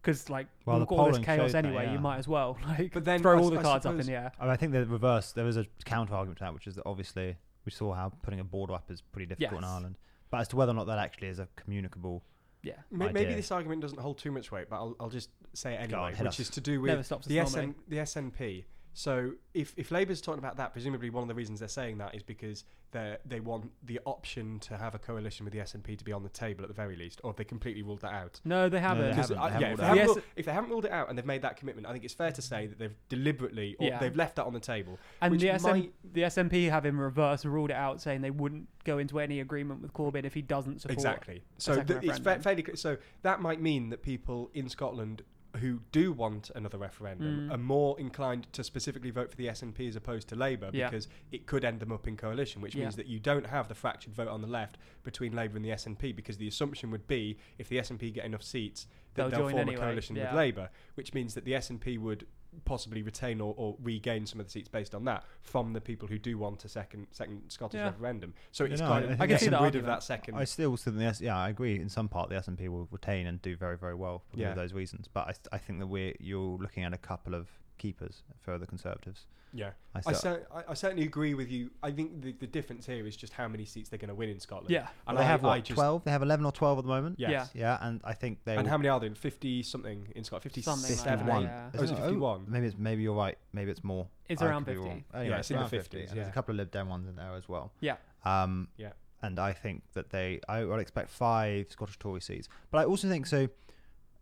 A: Because, like,
B: Well,
A: we've
B: the
A: got all this
B: polling
A: chaos
B: showed that,
A: anyway, you
B: yeah.
A: might as well, like,
C: But then
A: throw
C: I
A: all
C: s-
A: the
C: I
A: cards up in
C: suppose-
A: the air.
B: I, mean, I think the reverse. There is a counter argument to that, which is that obviously we saw how putting a border up is pretty difficult in
A: Yes.
B: Ireland. But as to whether or not that actually is a communicable,
A: Yeah.
C: Ma- maybe
B: idea.
C: this argument doesn't hold too much weight, but I'll, I'll just say it
B: Go on,
C: anyway,
B: hit
C: which
B: us.
C: is to do with
A: Never stops us
C: the,
A: normally.
C: SN, the SNP So if if Labour's talking about that, presumably one of the reasons they're saying that is because they they want the option to have a coalition with the SNP to be on the table at the very least, or have they completely ruled that out?
A: No, they haven't.
B: they
C: Because,
B: haven't.
C: uh, yeah,
B: ruled
C: if they
B: it
C: haven't
A: out.
C: ruled- if they haven't ruled it out and they've made that commitment, I think it's fair to say that they've deliberately or
A: Yeah.
C: they've left that on the table.
A: And
C: which
A: the, SM,
C: might-
A: the SNP have in reverse ruled it out, saying they wouldn't go into any agreement with Corbyn if he doesn't support.
C: Exactly. So
A: second
C: th- it's fa-
A: referendum.
C: fairly. cl- So that might mean that people in Scotland who do want another referendum
A: Mm.
C: are more inclined to specifically vote for the SNP as opposed to Labour
A: Yeah.
C: because it could end them up in coalition, which
A: Yeah.
C: means that you don't have the fractured vote on the left between Labour and the SNP because the assumption would be if the SNP get enough seats that
A: They'll
C: they'll,
A: join
C: form
A: anyway,
C: a coalition
A: yeah.
C: with Labour, which means that the SNP would possibly retain or, or regain some of the seats based on that from the people who do want a second second Scottish
A: Yeah.
C: referendum. So
B: Yeah,
C: it's
B: no, I- I
C: kind of
B: think
C: getting
B: that's
A: an
C: rid of
A: argument.
C: that second.
B: I still think the S- yeah, I agree. In some part, the S and P will retain and do very very well for all
C: Yeah.
B: those reasons. But I, st- I think that we're you're looking at a couple of keepers for the Conservatives.
C: yeah.
B: I,
C: I,
B: cer-
C: cer- I, I certainly agree with you. I think the, the difference here is just how many seats they're going to win in Scotland.
A: Yeah.
B: well,
C: and
B: they
C: I,
B: have
C: I
B: what
C: just,
B: twelve? They have eleven or twelve at the moment.
C: Yes.
A: Yeah.
B: Yeah, and I think they.
C: And
B: will-
C: how many are there? Fifty something in Scotland.
A: Something like
C: Fifty-seven.
A: that,
B: Fifty-one.
A: yeah.
C: Oh, is it
B: Isn't
C: fifty-one?
B: Maybe it's maybe you're right. Maybe it's more.
A: It's
B: I
A: around
B: could be
A: 50.
B: wrong. Anyway,
C: it's in the
B: around
C: 50s,
B: and There's
C: yeah.
B: a couple of Lib Dem ones in there as well.
A: Yeah.
B: Um,
C: Yeah.
B: And I think that they, I would expect five Scottish Tory seats. But I also think so.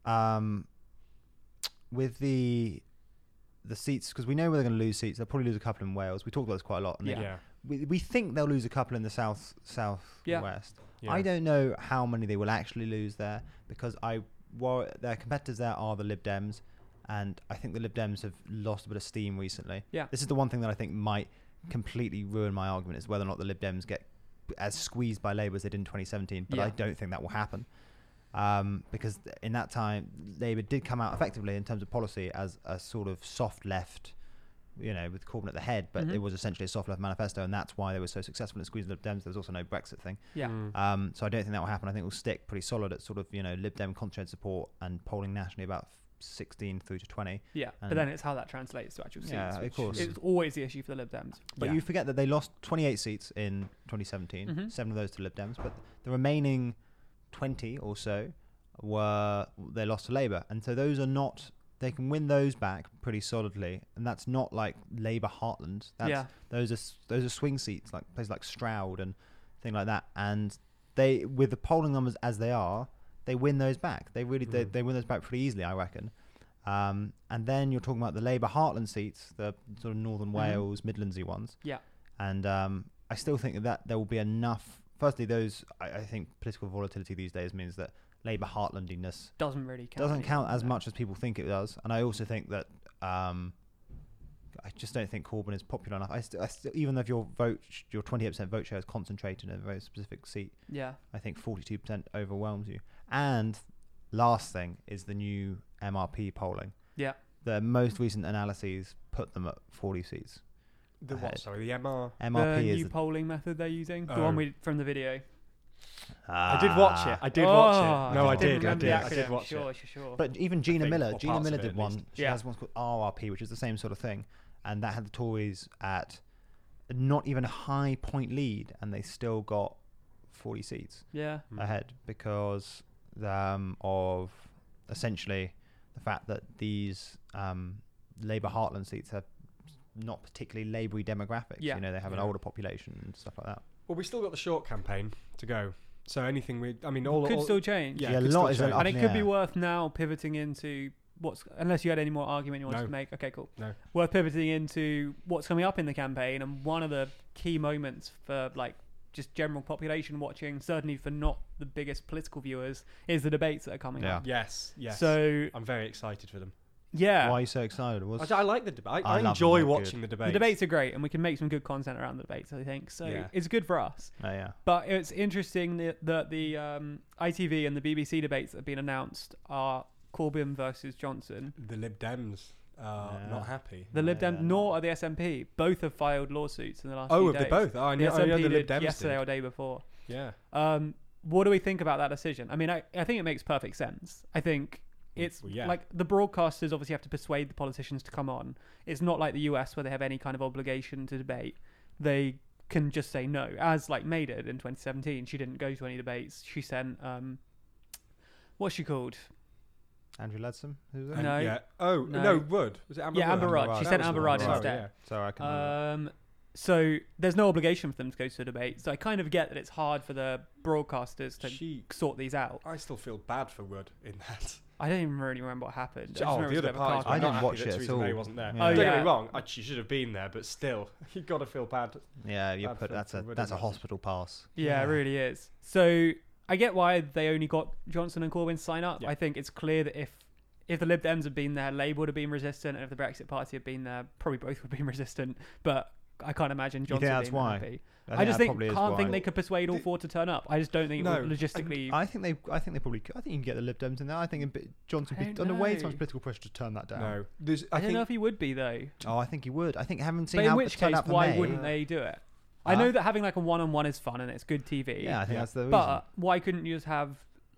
B: Um, with the the seats, because we know where they're going to lose seats, they'll probably lose a couple in Wales. We talked about this quite a lot. And
A: Yeah.
B: they- we, we think they'll lose a couple in the south south
A: Yeah.
B: west.
C: Yeah.
B: I don't know how many they will actually lose there because I wor- their competitors there are the Lib Dems, and I think the Lib Dems have lost a bit of steam recently.
A: Yeah.
B: this is the one thing that I think might completely ruin my argument is whether or not the Lib Dems get as squeezed by Labour as they did in 2017. But I
A: Yeah.
B: don't think that will happen. Um, because th- in that time, Labour did come out effectively in terms of policy as a sort of soft left, you know, with Corbyn at the head, but
A: Mhm.
B: it was essentially a soft left manifesto, and that's why they were so successful in squeezing Lib Dems. There was also no Brexit thing.
A: Yeah.
B: Um, so I don't think that will happen. I think it will stick pretty solid at sort of you know Lib Dem concentrated support and polling nationally about 16 through to 20.
A: Yeah. But
B: And-
A: then it's how that translates to actual seats.
B: Yeah, of
A: which
B: course.
A: It's always the issue for the Lib Dems.
B: But
C: Yeah.
B: you forget that they lost 28 seats in 2017,
A: Mhm.
B: seven of those to Lib Dems, but the remaining 20 or so were they lost to Labour, and so those are not. They can win those back pretty solidly, and that's not like Labour heartland. That's,
A: yeah.
B: those are s- those are swing seats like places like Stroud and thing like that and they with the polling numbers as they are they win those back they really they,
C: Mhm.
B: they win those back pretty easily I reckon um, and then you're talking about the Labour Heartland seats the sort of Northern Wales Midlandsy ones
A: Mm-hmm. Yeah.
B: and um, I still think that there will be enough firstly those I, I think political volatility these days means that Labour Heartlandiness
A: Doesn't really count.
B: doesn't
A: anymore,
B: count as
A: no.
B: much as people think it does. And I also think that um, I just don't think Corbyn is popular enough. I, st- I st- even though if your vote, sh- your twenty eight percent vote share is concentrated in a very specific seat,
A: Yeah.
B: I think forty two percent overwhelms you. And last thing is the new MRP polling.
A: Yeah.
B: The most recent analyses put them at forty seats.
C: The
B: Ahead.
C: what? Sorry, the MR.
B: MRP
A: the
B: is.
A: new
B: the-
A: polling method they're using, the one
C: Oh.
A: we from the video.
C: I did watch it.
B: Ah.
C: I did watch
A: Oh,
C: it. No,
B: I
C: I
B: didn't
C: did. I
A: remember
C: did.
A: the
C: I did
A: acronym.
C: watch
A: sure,
C: it.
A: Sure, sure,
B: But even Gina
C: think,
B: Miller,
C: or
B: Gina
C: parts
B: Miller
C: of it
B: did
C: at
B: one.
C: least.
B: She
A: Yeah.
B: has one called RRP, which is the same sort of thing, and that had the Tories at not even a high point lead, and they still got forty seats
A: Yeah.
C: Mm.
B: ahead because um, of essentially the fact that these um, Labour heartland seats are not particularly Laboury demographics.
A: Yeah.
B: You know, they have an
C: Yeah.
B: older population and stuff like that.
C: Well, we still got the short campaign to go. So anything we, I mean, all,
A: could
C: all
A: still change.
C: Yeah,
B: Yeah, a
C: it could
B: lot
C: still
B: is
C: change.
B: up
A: And it
B: in the
A: could be
B: air.
A: worth now pivoting into what's unless you had any more argument you wanted
C: No.
A: to make. Okay, cool.
C: No.
A: Worth pivoting into what's coming up in the campaign and one of the key moments for like just general population watching, certainly for not the biggest political viewers, is the debates that are coming
B: Yeah.
A: up.
C: yes, yes.
A: So
C: I'm very excited for them.
A: yeah.
B: Why are you so excited?
C: I,
B: Was
C: I like the debate.
B: I
C: I,
B: love them,
C: enjoy
B: they're
C: watching the
A: The
C: debate.
A: debates are great and we can make some good content around the debates, I think. So
C: Yeah.
A: it's good for us.
B: Oh, yeah.
A: But it's interesting that, that the um, ITV and the BBC debates that have been announced are Corbyn versus Johnson.
C: The Lib Dems are
B: Yeah.
C: not happy.
A: The Lib
B: Yeah,
A: Dem
B: they're
A: nor are the SNP. Both have filed lawsuits in the last.
C: Oh,
A: few
C: have they
A: days.
C: both? Oh, I
A: The
C: know,
A: SNP
C: I know the Lib
A: did
C: Dems
A: yesterday
C: did.
A: or day before.
C: Yeah.
A: Um, what do we think about that decision? I mean, I, I think it makes perfect sense. I think it's
C: Mm, Well, yeah.
A: like the broadcasters obviously have to persuade the politicians to come on. It's not like the US where they have any kind of obligation to debate. They can just say no. As like May did in 2017, she didn't go to any debates. She sent um, what's she called?
B: Andrew Leadsom, who was it?
A: No.
C: Yeah. Oh
A: No.
C: no. Rudd was it Amber?
A: Yeah,
C: Rudd?
A: Amber Rudd. She
B: Rudd.
A: sent
B: That
A: Amber
B: was
A: Rudd
B: the one.
A: instead.
B: Sorry, I can
A: Um, so there's no obligation for them to go to a debate. So I kind of get that it's hard for the broadcasters to
C: She.
A: sort these out.
C: I still feel bad for Rudd in that.
A: I don't even really remember what happened. I just
C: oh,
A: remember
C: the
A: it was
C: other
A: a bit of a
C: parties.
A: car
B: I
A: crash.
B: didn't
C: not
B: watch
C: happy that
B: it
C: Theresa
B: at all.
C: May wasn't there.
B: Oh,
C: Don't get
A: yeah.
C: me wrong. I, she should have been there, but still, you got to feel bad.
B: Yeah, you
C: Bad
B: put
C: for-
B: that's
C: for
B: a
C: Rudd
B: that's a
C: and Leadsom.
B: hospital pass.
A: Yeah, it really is. So I get why they only got Johnson and Corbyn to sign up.
C: Yeah.
A: I think it's clear that if if the Lib Dems had been there, Labour would have been resistant, and if the Brexit Party had been there, probably both would have been resistant. But I can't imagine
B: think
A: Johnson
B: that's
A: being
B: why?
A: happy. I,
B: I, think
A: just
B: that
A: think
B: probably is
A: can't
B: why.
A: think they could persuade all
C: The-
A: four to turn up. I just don't think it would
C: No,
A: logistically.
B: I think they. I think they probably. Could. I think you can get the Lib Dems in there. I think a bit- Johnson would
A: don't
B: be under way too
A: know.
B: much political pressure to turn that down.
C: No, there's.
A: I,
C: I,
A: don't
C: think
A: know if he would be though.
B: Oh, I think he would. I think having seen
A: But in
B: how
A: which
B: it turned
A: case,
B: out for
A: why
B: May-
A: wouldn't they do it? I know
B: Huh?
A: that having like a one-on-one is fun and it's good TV.
B: Yeah, I think
C: Yeah.
B: that's the reason.
A: But why couldn't you just have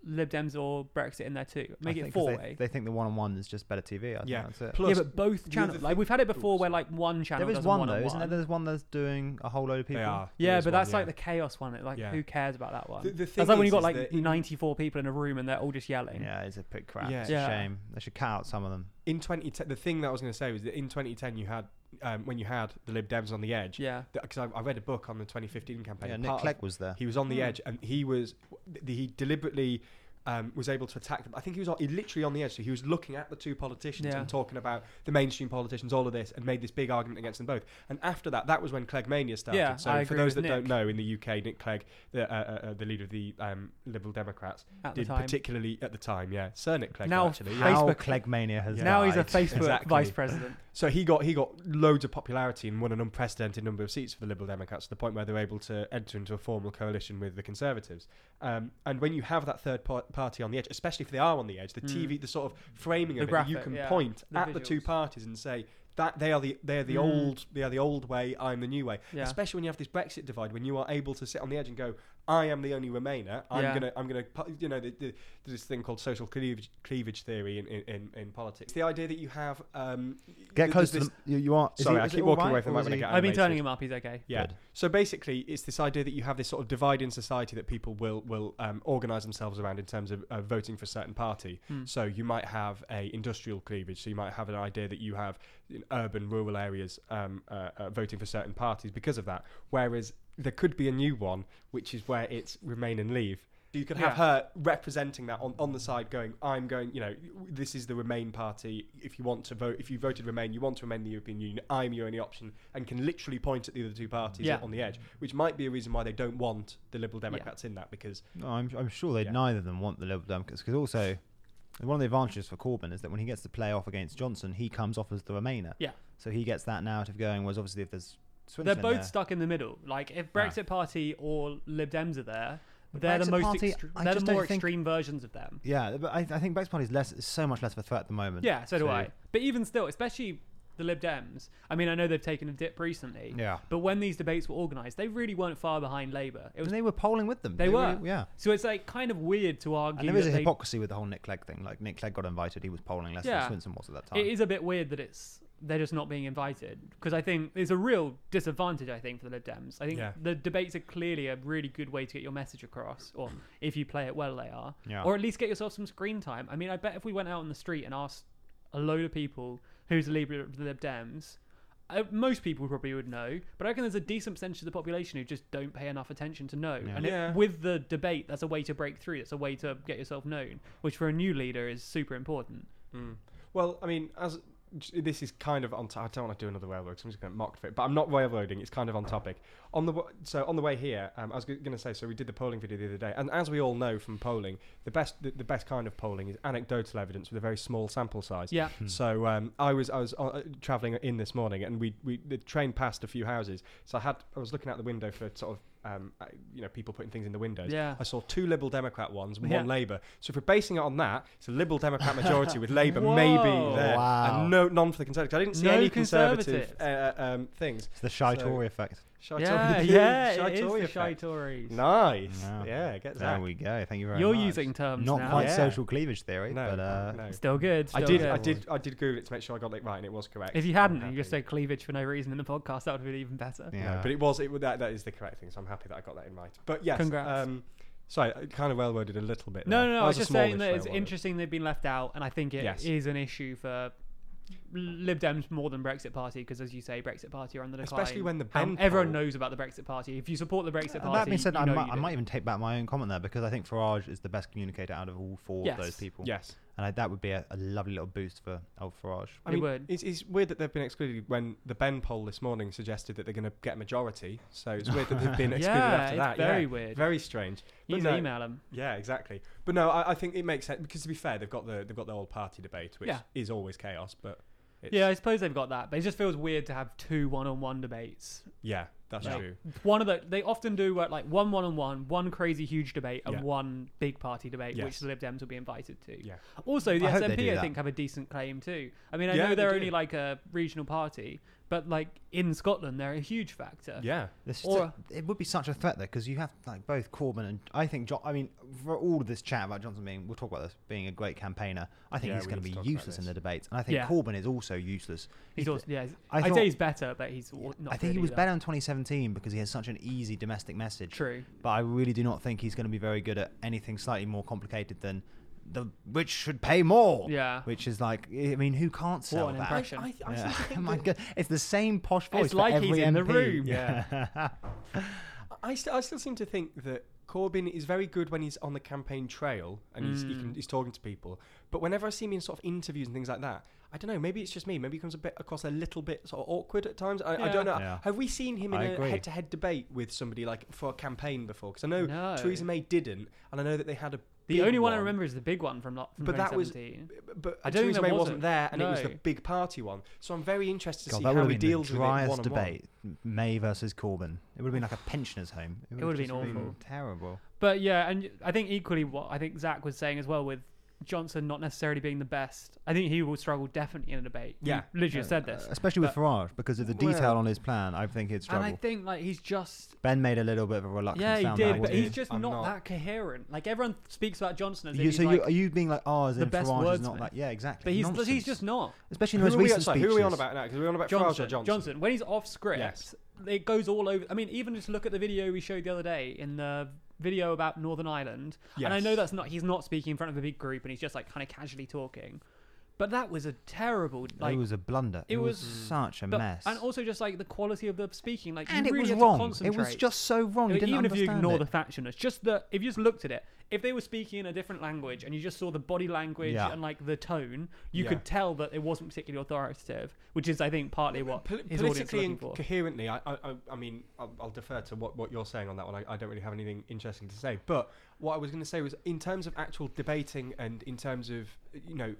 A: Lib Dems or Brexit in there too?
B: I
A: Make
B: think
A: it
B: 'cause they-
A: four-way.
B: They, think the one-on-one is just better TV. I think
C: Yeah.
B: that's it.
C: Plus,
A: yeah, but both
C: the
A: channels.
C: other
A: Like
C: thing-
A: we've had it before,
C: Ooh,
A: where like one channel
B: there is
A: does
B: one
A: one
B: though,
A: on
B: isn't there?
A: one.
B: There's one that's doing a whole load of people.
C: they are.
A: Yeah,
C: There is
A: but
C: one,
A: that's
C: yeah.
A: like the chaos one. It, like
C: Yeah.
A: who cares about that one?
C: The- the
A: that's
C: thing
A: like when you
C: is-
A: got
C: is
A: like
C: that in-
A: 94 people in a room and they're all just yelling.
B: Yeah, it's a bit crap.
C: Yeah.
B: It's
A: Yeah.
B: a shame. They should cut out some of them.
C: in 2010 the thing that i was going to say was that in 2010 you had um, when you had the lib dems on the edge
A: Yeah.
C: because I, I read a book on the 2015 campaign
B: Yeah,
C: and
B: Nick
C: part of-
B: Clegg was there.
C: he was on the
A: Hmm.
C: edge and he was th- he deliberately um, was able to attack them i think he was on, he literally on the edge so he was looking at the two politicians
A: Yeah.
C: and talking about the mainstream politicians all of this and made this big argument against them both and after that that was when clegg mania started
A: Yeah,
C: so
A: I
C: for
A: agree
C: those
A: with
C: that
A: Nick.
C: don't know in the uk nick clegg the, uh, uh, uh, the leader of the um, liberal democrats
A: At the
C: did
A: time.
C: particularly at the time yeah sir nick clegg
A: Now
C: actually yeah.
B: How
A: Facebook-
B: Cleggmania has
A: Now he's a
B: died.
A: Facebook
C: Exactly.
A: vice president.
C: So he got he got loads of popularity and won an unprecedented number of seats for the Liberal Democrats to the point where they were able to enter into a formal coalition with the Conservatives. Um, and when you have that third par- party on the edge, especially if they are on the edge, the
A: Mm.
C: TV, the sort of framing
A: The
C: of it,
A: graphic,
C: you can
A: yeah.
C: point
A: The
C: at the two
A: visuals.
C: parties and say that they are the they are the
A: Mm.
C: old they are the old way, I'm the new way.
A: Yeah.
C: Especially when you have this Brexit divide, when you are able to sit on the edge and go, I am the only Remainer. I'm
A: Yeah.
C: gonna I'm gonna pu- you know the, the, there's this thing called social cleavage, cleavage theory in, in, in, in politics. The idea that you have um,
B: Get
C: th-
B: close to
C: there's
B: them. You, you are. is
C: Sorry,
B: he-
C: I
B: is it
C: keep
B: all
C: walking
B: right,
C: away from
B: or
C: that
B: is
C: when I
B: he-
C: get
A: I've been
C: animated.
A: turning him up. He's okay.
C: Yeah.
B: Good.
C: So basically, it's this idea that you have this sort of divide in society that people will will um, organise themselves around in terms of uh, voting for a certain party.
A: Hmm.
C: So you might have a industrial cleavage. So you might have an idea that you have in urban, rural areas um, uh, uh, voting for certain parties because of that. Whereas there could be a new one, which is where it's remain and leave. You could have
A: Yeah.
C: her uh, representing that on, on the side, going, "I'm going. You know, this is the Remain party. If you want to vote, if you voted Remain, you want to amend the European Union. I'm your only option." And can literally point at the other two parties
A: Yeah.
C: on the edge, which might be a reason why they don't want the Liberal Democrats in that because
B: No, I'm, I'm sure they
C: Yeah.
B: neither of them want the Liberal Democrats because also one of the advantages for Corbyn is that when he gets to play off against Johnson, he comes off as the Remainer.
A: Yeah.
B: So he gets that narrative going. Whereas obviously if there's
A: They're
B: Swinton
A: both
B: there-
A: stuck in the middle. Like if Brexit Party or Lib Dems are there,
B: But
A: they're the
B: Brexit
A: most
B: Party,
A: extre-
B: I
A: they're
B: just
A: the
B: don't
A: more
B: think-
A: extreme versions of them.
B: Yeah, but I, I think Brexit Party is less is so much less of a threat at the moment.
A: Yeah, so do I. But even still, especially the Lib Dems. I mean, I know they've taken a dip recently.
B: Yeah.
A: But when these debates were organised, they really weren't far behind Labour. It was
B: and they were polling with them.
A: They
B: really-
A: were.
B: yeah.
A: so it's like kind of weird to argue.
B: And there is
A: that
B: a
A: they-
B: hypocrisy with the whole Nick Clegg thing. Like Nick Clegg got invited, he was polling less
A: Yeah.
B: than Swinson was at that time.
A: It is a bit weird that it's they're just not being invited because I think there's a real disadvantage. I think for the Lib Dems, I think
C: Yeah.
A: the debates are clearly a really good way to get your message across, or if you play it well, they are,
B: Yeah.
A: or at least get yourself some screen time. I mean, I bet if we went out on the street and asked a load of people who's a leader of the Lib Dems. Uh, most people probably would know, but I reckon there's a decent percentage of the population who just don't pay enough attention to know.
B: Yeah.
A: And it-
C: Yeah.
A: with the debate, that's a way to break through. That's a way to get yourself known, which for a new leader is super important.
C: Mm. Well, I mean, as this is kind of on. To- I don't want to do another railroad. So I'm just going to mock for it, but I'm not railroading. It's kind of on topic. On the w- so on the way here, um, I was going to say. So we did the polling video the other day, and as we all know from polling, the best the, the best kind of polling is anecdotal evidence with a very small sample size.
A: Yeah.
C: So um, I was I was uh, traveling in this morning, and we we the train passed a few houses. So I had I was looking out the window for sort of um, uh, you know people putting things in the windows.
A: Yeah.
C: I saw two Liberal Democrat ones, and
A: Yeah.
C: one Labour. So if we're basing it on that, it's a Liberal Democrat majority with Labour maybe
A: Whoa.
C: there,
B: Wow.
C: and no none for the Conservatives. I didn't see
A: No
C: any Conservative
A: Conservatives.
C: uh, um, things.
B: It's the shy
C: So-
B: Tory effect.
C: Shall I
A: yeah,
C: tell you the
A: yeah,
C: shall I
A: it is
C: tell you
A: the shy
C: effect?
A: Tories.
C: Nice.
B: Yeah.
C: Yeah, get
B: There
C: that.
B: we go. Thank you very
A: You're
B: much.
A: using terms
B: not
A: now.
B: quite
C: Yeah.
B: social cleavage theory,
C: No,
B: but uh,
C: no.
A: Still good.
C: I
A: still
C: did
A: good.
C: I did I did Google it to make sure I got it right, and it was correct.
A: If you hadn't,
C: I'm
A: you just
C: happy.
A: said cleavage for no reason in the podcast. That would have been even better.
B: yeah.
C: No, but it was it wa- that that is the correct thing. So I'm happy that I got that in right. But yes,
A: Congrats.
C: Um, Sorry, I kind of well worded a little bit.
A: No,
C: there.
A: no, no.
C: That
A: I was
C: was a
A: just saying
C: smallish
A: that it's
C: way of wording it.
A: interesting they've been left out, and I think it is
C: Yes.
A: an issue for Lib Dems more than Brexit Party because, as you say, Brexit Party are on the decline.
C: Especially when the
A: How-
C: Ben
A: everyone
C: poll-
A: knows about the Brexit Party. If you support the Brexit Party,
B: that being said,
A: you
B: I,
A: know
B: might,
A: you
B: I
A: do.
B: might even take back my own comment there because I think Farage is the best communicator out of all four of those
A: Yes.
B: people.
C: Yes.
B: and I, that would be a, a lovely little boost for old Farage.
C: I
A: It
C: mean,
A: would.
C: It's, it's weird that they've been excluded when the Ben poll this morning suggested that they're going to get a majority. So it's weird that they've been excluded
A: Yeah,
C: after
A: it's
C: that.
A: very
C: yeah.
A: weird.
C: Very strange. But
A: He's
C: no-
A: email them.
C: Yeah, exactly. But no, I, I think it makes sense because to be fair, they've got the they've got the old party debate, which
A: Yeah.
C: is always chaos. But it's,
A: Yeah, I suppose they've got that, but it just feels weird to have two one-on-one debates.
C: yeah, that's
A: Like,
C: true.
A: One of the they often do work like one one-on-one, one crazy huge debate, and
C: Yeah.
A: one big party debate, which
C: Yes.
A: the Lib Dems will be invited to.
C: Yeah,
A: Also, the
B: I hope they
A: SNP
B: do
A: I
B: that.
A: think have a decent claim too. I mean, I
C: Yeah,
A: know
C: they
A: they're
C: do.
A: only like a regional party, but like in Scotland, they're a huge factor.
C: yeah,
B: This
A: Or-
B: it would be such a threat though, because you have like both Corbyn and I think John. I mean, for all of this chat about Johnson being, we'll talk about this being a great campaigner. I think
C: Yeah,
B: he's
C: we
B: going
C: need
B: to
C: to
B: be
C: talk about
B: useless in
C: this.
B: the debates, and I think
A: Yeah.
B: Corbyn is also useless.
A: he's also yeah. he's-
B: I
A: I'd
B: thought-
A: say he's better, but he's w- not.
B: I think he
A: really
B: was
A: that.
B: better in 2017 because he has such an easy domestic message.
A: True.
B: But I really do not think he's going to be very good at anything slightly more complicated than the rich should pay more.
A: Yeah.
B: Which is like, I mean, who can't sell
A: an
B: that?
A: impression.
C: I, I
B: Yeah.
C: seem to think
B: my
C: that-
B: God. It's the same posh voice. for
A: like he's
B: every
A: in the
B: MP.
A: room.
B: Yeah.
C: I, st- I still seem to think that Corbyn is very good when he's on the campaign trail and he's, he
A: Mm.
C: can, he's talking to people. But whenever I see him in sort of interviews and things like that, I don't know. Maybe it's just me. Maybe he comes a bit across a little bit sort of awkward at times. I, I
A: Yeah.
C: don't know.
B: Yeah.
C: Have we seen him in
B: I
C: a
B: agree.
C: head-to-head debate with somebody like for a campaign before? Because I know
A: No.
C: Theresa May didn't, and I know that they had a.
A: The
C: big
A: only one I remember is the big one from, lo- from
C: But that was-
A: 2017.
C: But
A: I don't think
C: Theresa
A: there
C: May
A: was
C: wasn't
A: a-
C: there, and it was the
A: no.
C: big party one. So I'm very interested to
B: God,
C: see
B: that would
C: how
B: have
C: he
B: been
C: deals
B: the
C: with it one
B: driest
C: on one.
B: debate. May versus Corbyn. It would have been like a pensioner's home.
A: It would have
B: just
A: been awful.
B: terrible.
A: But yeah, and I think equally what I think Zach was saying as well with Johnson not necessarily being the best. I think he will struggle definitely in a debate. You
C: Yeah.
A: literally said this.
B: Uh, Especially with Farage, because of the detail
C: Well-
B: on his plan, I think it's
A: and
B: struggle.
A: I think like he's just
B: ben made a little bit of a reluctant
A: yeah he
B: sound.
A: did,
B: there,
A: but
B: wasn't he?
A: he's just
C: I'm
A: not,
C: not.
A: that coherent. Like everyone speaks about Johnson as if
B: You,
A: he's
B: so
A: like,
B: you, are you being like, oh, as
A: the
B: in
A: best
B: Farage is
A: wordsmith.
B: not like, yeah, exactly.
A: but he's
B: Nonsense.
A: he's just not.
B: especially in
C: Who
B: those
C: are, we,
B: recent
C: sorry, who are we on
B: speeches.
C: about now? Because we're on about Farage
A: Johnson,
C: or Johnson.
A: Johnson, when he's off script,
C: Yes.
A: it goes all over. I mean, even just look at the video we showed the other day in the video about Northern Ireland. And I know
C: Yes.
A: that's not he's not speaking in front of a big group, and he's just like kind of casually talking. But that was a terrible like.
B: it was a blunder. It,
A: it
B: was,
A: was-
B: such a
A: but-
B: mess.
A: And also just like the quality of the speaking, like you
B: And it
A: really
B: was
A: had to
B: wrong. It was
A: concentrate.
B: just so wrong.
A: I
B: You
A: mean,
B: didn't
A: even if you
B: understand
A: ignore
B: it.
A: the factioners, just the if you just looked at it, if they were speaking in a different language and you just saw the body language
B: Yeah.
A: and like the tone, you
C: Yeah.
A: could tell that it wasn't particularly authoritative, which is I think partly what
C: Pol-
A: his audience
C: politically
A: is looking
C: and
A: for.
C: coherently, I, I, I- I mean, I'll, I'll defer to what, what you're saying on that one. I, I don't really have anything interesting to say. But what I was going to say was, in terms of actual debating and in terms of, you know,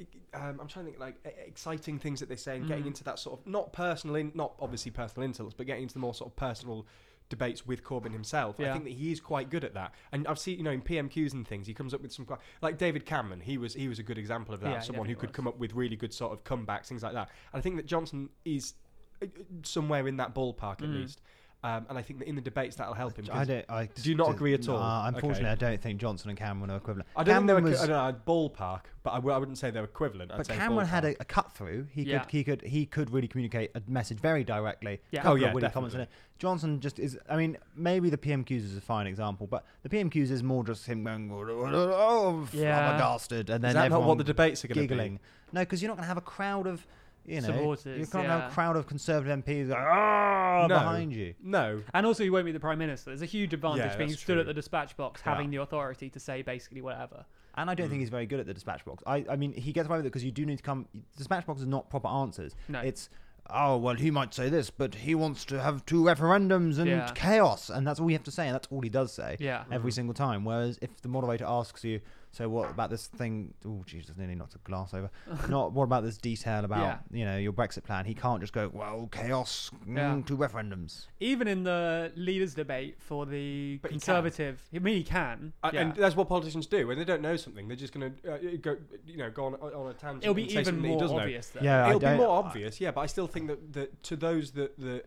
C: i- um, I'm trying to think like e- exciting things that they say and getting
A: Mm.
C: into that sort of not personal, in, not obviously personal insults, but getting into the more sort of personal debates with Corbyn himself.
A: Yeah.
C: I think that he is quite good at that. And I've seen, you know, in PMQs and things, he comes up with some quite like David Cameron. He was he was a good example of that.
A: Yeah, he
C: someone who
A: definitely
C: could
A: was.
C: come up with really good sort of comebacks, things like that. And I think that Johnson is uh, uh, somewhere in that ballpark
A: Mm.
C: at least. Um, and I think that in the debates that'll help him. 'cause
B: I don't. I
C: do you not agree at all?
B: Nah, unfortunately,
C: Okay.
B: I don't think Johnson and Cameron are equivalent.
C: I don't think
B: Cameron
C: they were
B: was,
C: I don't know, ballpark, but I w- I wouldn't say they're equivalent. I'd
B: but
C: say
B: Cameron had
C: ballpark.
B: a, a cut through. He
A: Yeah.
B: could, he could, he could really communicate a message very directly.
A: Yeah.
B: couple
A: Oh,
B: of
C: yeah,
B: witty comments in it. Johnson just is. I mean, maybe the PMQs is a fine example, but the PMQs is more just him going, "Oh, f- I'm
A: Yeah.
B: a bastard," and then
C: Is that not
B: everyone
C: what the debates are going to
B: giggling.
C: be?
B: No, because you're not going to have a crowd of, you know, you're
A: Supporters,
B: not going to have
A: yeah.
B: a crowd of conservative MPs going, "Ah,"
C: No.
B: behind you.
C: No,
A: and also, he won't be the prime minister. There's a huge advantage
C: Yeah,
A: being
C: that's
A: stood
C: true.
A: at the dispatch box,
C: Yeah.
A: having the authority to say basically whatever.
B: And I don't
A: Mm.
B: think he's very good at the dispatch box. I, I mean, he gets away with it because you do need to come. Dispatch box is not proper answers.
A: No.
B: It's, oh, well, he might say this, but he wants to have two referendums and
A: Yeah.
B: chaos. And that's all you have to say. And that's all he does say
A: Yeah. Mm-hmm.
B: every single time. Whereas if the moderator asks you, so what about this thing? Oh, Jesus, nearly knocked a glass over. not what about this detail about, you know, your Brexit plan? He can't just go, well, chaos, mm,
A: Yeah.
B: two referendums.
A: Even in the leaders' debate for the
C: But he can.
A: conservative, I mean, he can.
C: I-
A: yeah.
C: and that's what politicians do. When they don't know something, they're just going to uh, go, you know, go on, uh, on a tangent.
A: It'll be
C: and say
A: even
C: something that he
A: more
C: doesn't know.
A: obvious. Though.
B: Yeah, I
C: It'll be
B: don't-
C: more obvious, yeah. But I still think that, that to those that that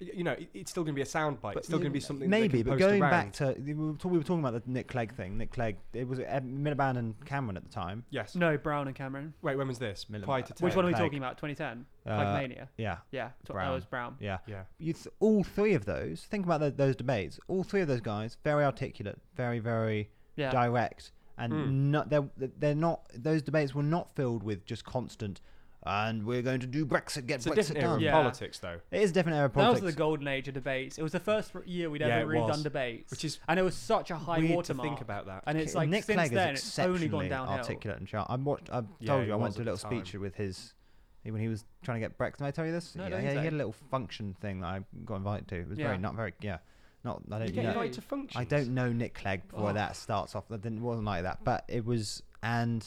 C: y- you know, it- it's still going to be a soundbite. It's still going to be something. that they
B: Maybe,
C: can
B: but
C: post
B: going
C: around.
B: back to we were, talk, we were talking about the Nick Clegg thing. Nick Clegg, it was uh, Miliband and Cameron at the time.
C: Yes.
A: No, Brown and Cameron.
C: Wait, when was this?
B: Millen-
C: Prior to
A: Which
B: Clegg.
A: one are we
B: Clegg.
A: talking about? 2010.
B: Uh,
A: Like Mania.
B: Yeah,
A: Yeah, t- that
B: Brown.
A: was Brown.
B: yeah.
C: Yeah.
B: You th- all three of those. Think about tho- those debates. All three of those guys, very articulate, very very
A: Yeah. Hmm.
B: direct, and
C: Mm.
B: not they're they're not those debates were not filled with just constant. And we're going to do Brexit, get
C: It's a
B: Brexit
C: different era
B: done.
C: of
A: Yeah.
C: politics, though,
B: It is a different era of
A: that was
B: politics.
A: the golden age of debates. It was the first r- year we'd
C: Yeah,
A: ever
C: it
A: really
C: was.
A: done debates,
C: which is
A: and it was such a high
C: weird to
A: watermark.
C: think about that.
A: And it's
B: K-
A: like
B: Nick
A: since
B: Clegg is
A: then, it's only gone
B: exceptionally
A: downhill.
B: Articulate and sharp. I watched. I've
C: Yeah,
B: told
C: he
B: you. I went
C: was
B: to a
C: at
B: little
C: the time.
B: speech with his when he was trying to get Brexit. Did I tell you this?
A: No, I
B: yeah,
A: don't
B: yeah,
A: think
B: he had
A: so.
B: a little function thing that I got invited to. It was
A: Yeah.
B: very not very. Yeah, not. I
C: You
B: don't.
C: get
B: know.
C: invited to function.
B: I don't know Nick Clegg before
A: Oh.
B: that starts off. That didn't wasn't like that, but it was and.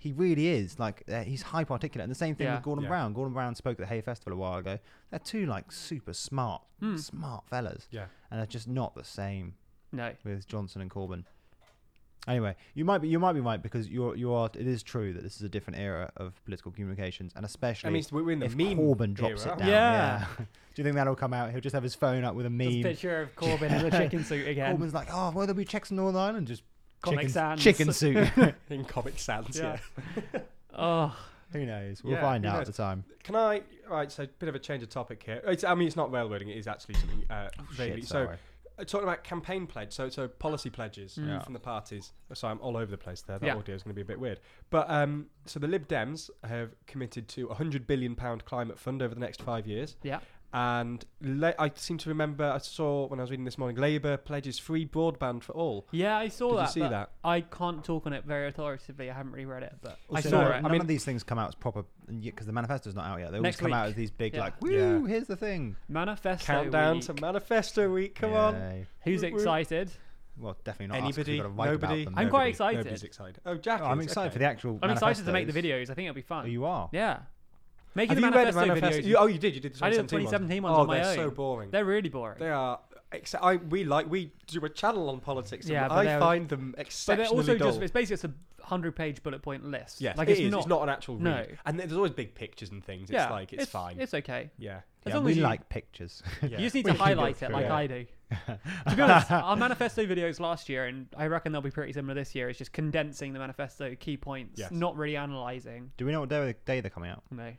B: He really is like uh, he's hyper articulate, and the same thing
A: Yeah.
B: with Gordon
C: Yeah.
B: Brown. Gordon Brown spoke at the Hay Festival a while ago. They're two like super smart,
A: Hmm.
B: smart fellas,
C: Yeah.
B: and they're just not the same
A: No,
B: with Johnson and Corbyn. Anyway, you might be you might be right because you're you are it is true that this is a different era of political communications and especially
C: I mean, it's- we're in the
B: if
C: meme
B: Corbyn drops
C: era.
B: it down.
A: Yeah.
B: Do you think that'll come out? He'll just have his phone up with a
A: Just
B: meme.
A: picture of Corbyn in a chicken suit again.
B: Corbyn's like, oh, well, there'll be checks in Northern Ireland. Just
A: Comic
B: chicken,
A: Sans.
B: chicken suit.
C: In Comic Sans,
A: Yeah.
C: yeah.
A: oh,
B: who knows? We'll
C: Yeah,
B: find
C: who
B: out
C: knows?
B: at the time.
C: Can I? Right, so a bit of a change of topic here. It's, I mean, it's not railroading. It is actually something uh, vaguely.
B: Oh, Shit,
C: so
B: sorry.
C: uh, talking about campaign pledge, so so policy pledges
A: Mm.
B: Yeah.
C: from the parties. So I'm all over the place there. That
A: Yeah.
C: audio is going to be a bit weird. But um, so the Lib Dems have committed to a hundred billion pound climate fund over the next five years.
A: Yeah.
C: And la- I seem to remember I saw when I was reading this morning, Labour pledges free broadband for all.
A: yeah, I saw
C: Did
A: that.
C: you see
A: but
C: that?
A: I can't talk on it very authoritatively. I haven't reread it, but I
C: Also,
A: saw
C: no,
A: it.
B: None
C: I mean-
B: of these things come out as proper because the manifesto's not out yet. They always
A: Next
B: come out
A: week.
B: as these big
A: Yeah.
B: like,
C: Yeah.
B: woo, here's the thing.
A: Manifesto
C: Countdown
A: week.
C: to Manifesto Week. Come on.
B: Yay.
A: Who's
C: We're-
A: excited?
B: Well, definitely not. us 'cause
C: Anybody?
B: we've got to write about
C: Nobody?
B: them.
A: I'm
B: Nobody.
A: quite excited.
C: Nobody's excited. Oh, Jack.
B: Oh, I'm
C: is,
B: excited
C: okay.
B: for the actual.
A: I'm excited to make the
B: manifestos.
A: videos. I think it'll be fun.
B: Oh, you are.
A: Yeah. Making
C: Have
A: the
C: you read the
A: manifesto
C: manifesto?
A: videos.
C: You- oh, you did. You did the
A: I did the 2017
C: 2017 ones.
A: ones
C: oh,
A: on my
C: they're
A: own.
C: so boring.
A: They're really boring.
C: They are. Ex- I, we like we do a channel on politics. and
A: Yeah, but
C: I
A: they're-
C: find them
A: but they're
C: exceptionally
A: also
C: dull.
A: just, it's basically it's a 100 page bullet point list.
C: yes,
A: Like
C: it
A: it's,
C: is.
A: Not,
C: It's not an actual read.
A: No.
C: And there's always big pictures and things. It's
A: yeah,
C: like it's, fine.
A: It's okay.
C: yeah.
A: As
B: yeah,
A: long
B: we
A: as you-
B: like pictures.
C: yeah.
A: You just need
B: We
A: to
B: can go
A: highlight it
B: through
A: like
C: it.
A: I do. to be honest, our manifesto videos last year, and I reckon they'll be pretty similar this year, is just condensing the manifesto key points,
C: Yes.
A: not really analysing.
B: Do we know what day, day they're coming out?
A: No.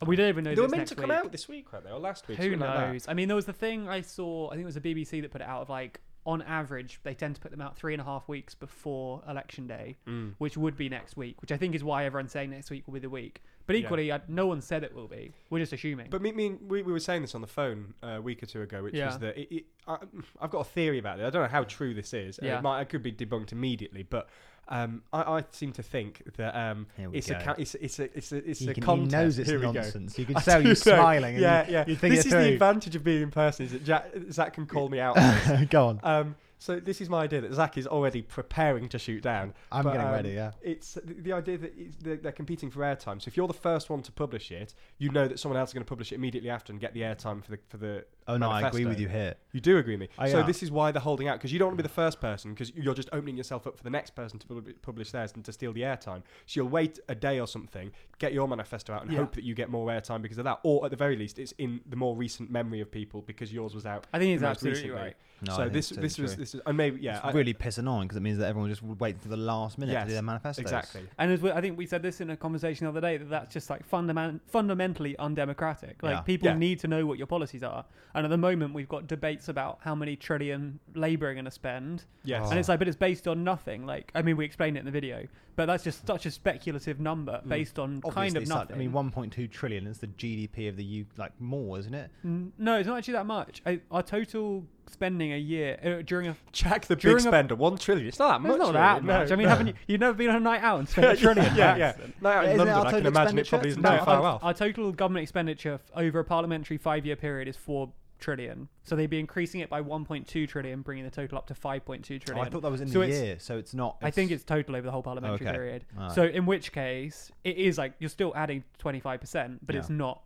A: And We don't even know
C: they
A: this
C: were meant
A: next
C: to come
A: week.
C: out this week, weren't they, or last week?
A: Who
C: something like that.
A: knows? I mean, there was the thing I saw, I think it was the BBC that put it out of like, on average, they tend to put them out three and a half weeks before election day,
C: Mm.
A: which would be next week, which I think is why everyone's saying next week will be the week. But equally, I, no one said it will be. We're just assuming.
C: But me, me, we, we were saying this on the phone uh, a week or two ago, which
A: Yeah.
C: was that it, it, I, I've got a theory about it. I don't know how true this is. and
A: Yeah.
C: It, might, it could be debunked immediately, but um, I, I seem to think that um,
B: Here we
C: it's,
B: go.
C: a, ca- it's a it's a it's a it's
B: he,
C: a
B: can- he
C: contest.
B: knows it's
C: Here we go.
B: nonsense. You can
C: I
B: tell
C: do
B: you're
C: know.
B: smiling. And
C: yeah,
B: you,
C: yeah.
B: You think
C: this
B: it
C: is the advantage of being in person is that Jack, Zach can call me out. on this.
B: through. Go on.
C: um, so this is my idea that Zach is already preparing to shoot down.
B: I'm
C: but,
B: getting
C: um,
B: ready. Yeah.
C: It's the the idea that it's, they're, they're competing for airtime. So if you're the first one to publish it, you know that someone else is going to publish it immediately after and get the airtime for the for the.
B: Oh no, I agree
C: manifesto.
B: with you here.
C: You do agree with me.
B: I
C: so
B: am.
C: this is why they're holding out because you don't want to be the first person because you're just opening yourself up for the next person to pub- publish theirs and to steal the airtime. So you'll wait a day or something, get your manifesto out, and
A: Yeah.
C: hope that you get more airtime because of that, or at the very least, it's in the more recent memory of people because yours was out.
A: I think it's
C: the most
A: absolutely
C: recently.
A: right.
B: No, I
C: so
B: think
C: this
B: it's
C: this
B: totally
C: was
B: true.
C: this was and maybe yeah
B: it's
C: I-
B: really pissing on because it means that everyone just would wait for the last minute
C: Yes,
B: to do their manifestos.
C: exactly
A: And as we, I think we said this in a conversation the other day that that's just like fundament, fundamentally undemocratic. Like
B: Yeah.
A: people
C: Yeah.
A: need to know what your policies are. And at the moment, we've got debates about how many trillion Labour are going to spend,
C: yes
A: and it's like, but it's based on nothing. Like, I mean, we explained it in the video, but that's just such a speculative number
C: Mm.
A: based on kind of
B: Obviously, so-
A: nothing.
B: I mean, 1.2 trillion is the GDP of the U, like more, isn't it? Oh,
A: N- no, it's not actually that much. I, our total spending a year uh, during a
C: Jack the
A: During
C: big
A: a-
C: spender one trillion it's not that much
A: it's not
C: really,
A: that
C: no.
A: much. I mean, haven't you? You've never been on a night out and spent a trillion.
C: yeah
A: by
C: yeah
A: accident.
C: no out in
B: Isn't it
C: London
B: our
C: I can
B: total
C: imagine it
B: expenditure?
C: probably isn't
B: No,
C: too
A: our,
C: far off
A: our total government expenditure f- over a parliamentary five-year period is four trillion. So they'd be increasing it by 1.2 trillion, bringing the total up to 5.2
B: Oh,
A: trillion.
B: I thought that was in
A: So
B: the
A: it's-
B: year, so it's not.
A: I think it's total over the whole parliamentary
B: Okay.
A: period.
B: Alright.
A: So in which case, it is like you're still adding 25%, but it's
B: Yeah.
A: not.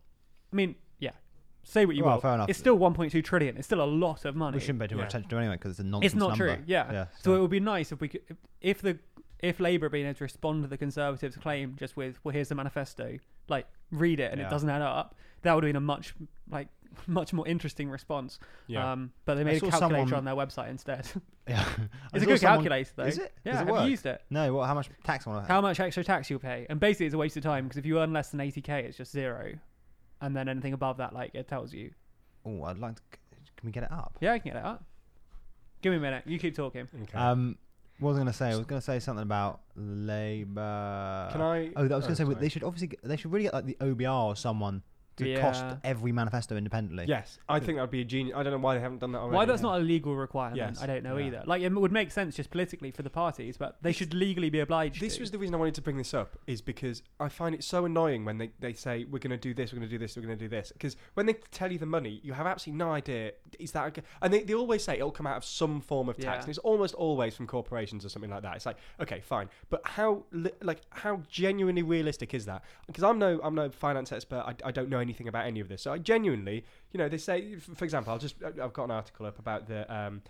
A: I mean, yeah. Say what you
B: Well,
A: will.
B: fair enough.
A: It's still 1.2 trillion. It's still a lot of money.
B: we shouldn't pay too
C: Yeah.
B: much attention to it anyway because it's a nonsense
A: it's not
B: number.
A: true. Yeah.
B: Yeah,
A: so.
B: so-
A: it would be nice if we could, if the if Labour had been able to respond to the Conservatives' claim just with, well, here's the manifesto. like read it and it
B: Yeah.
A: doesn't add up, that would have been a much like much more interesting response.
C: Yeah.
A: Um, but they made a
B: saw
A: calculator
B: someone-
A: on their website instead.
B: Yeah.
A: it's a good calculator though.
B: Is it?
A: Yeah,
B: Does it
A: have
B: work? Ah.
A: you used it?
B: No. What? How much tax on it?
A: How much extra tax you'll pay? And basically, it's a waste of time because if you earn less than 80k, it's just zero, and then anything above that, like it tells you.
B: Oh, I'd like. To, can we get it up?
A: Yeah, I can get it up. Give me a minute. You keep talking.
C: Okay.
B: Um, what was I going to say? I was going to say something about labour.
C: Can I?
B: Oh, that was going to say
C: sorry.
B: they should obviously get, they should really get like the OBR or someone to cost
A: Yeah.
B: every manifesto independently.
C: Yes, I think that'd be a genius. I don't know why they haven't done that already.
A: Why that's not a legal requirement,
C: Yes.
A: I don't know
B: Yeah.
A: either. Like it would make sense just politically for the parties, but they should legally be obliged.
C: This
A: to.
C: was the reason I wanted to bring this up, is because I find it so annoying when they, they say, we're going to do this, we're going to do this, we're going to do this. Because when they tell you the money, you have absolutely no idea, is that okay? And they, they always say it'll come out of some form of tax.
A: Yeah.
C: And it's almost always from corporations or something like that. It's like, okay, fine. But how li- like how genuinely realistic is that? Because I'm no, I'm no finance expert. I, I don't know anything about any of this. So I genuinely, you know, they say, f- for example, I'll just, I- I've got an article up about the... Um,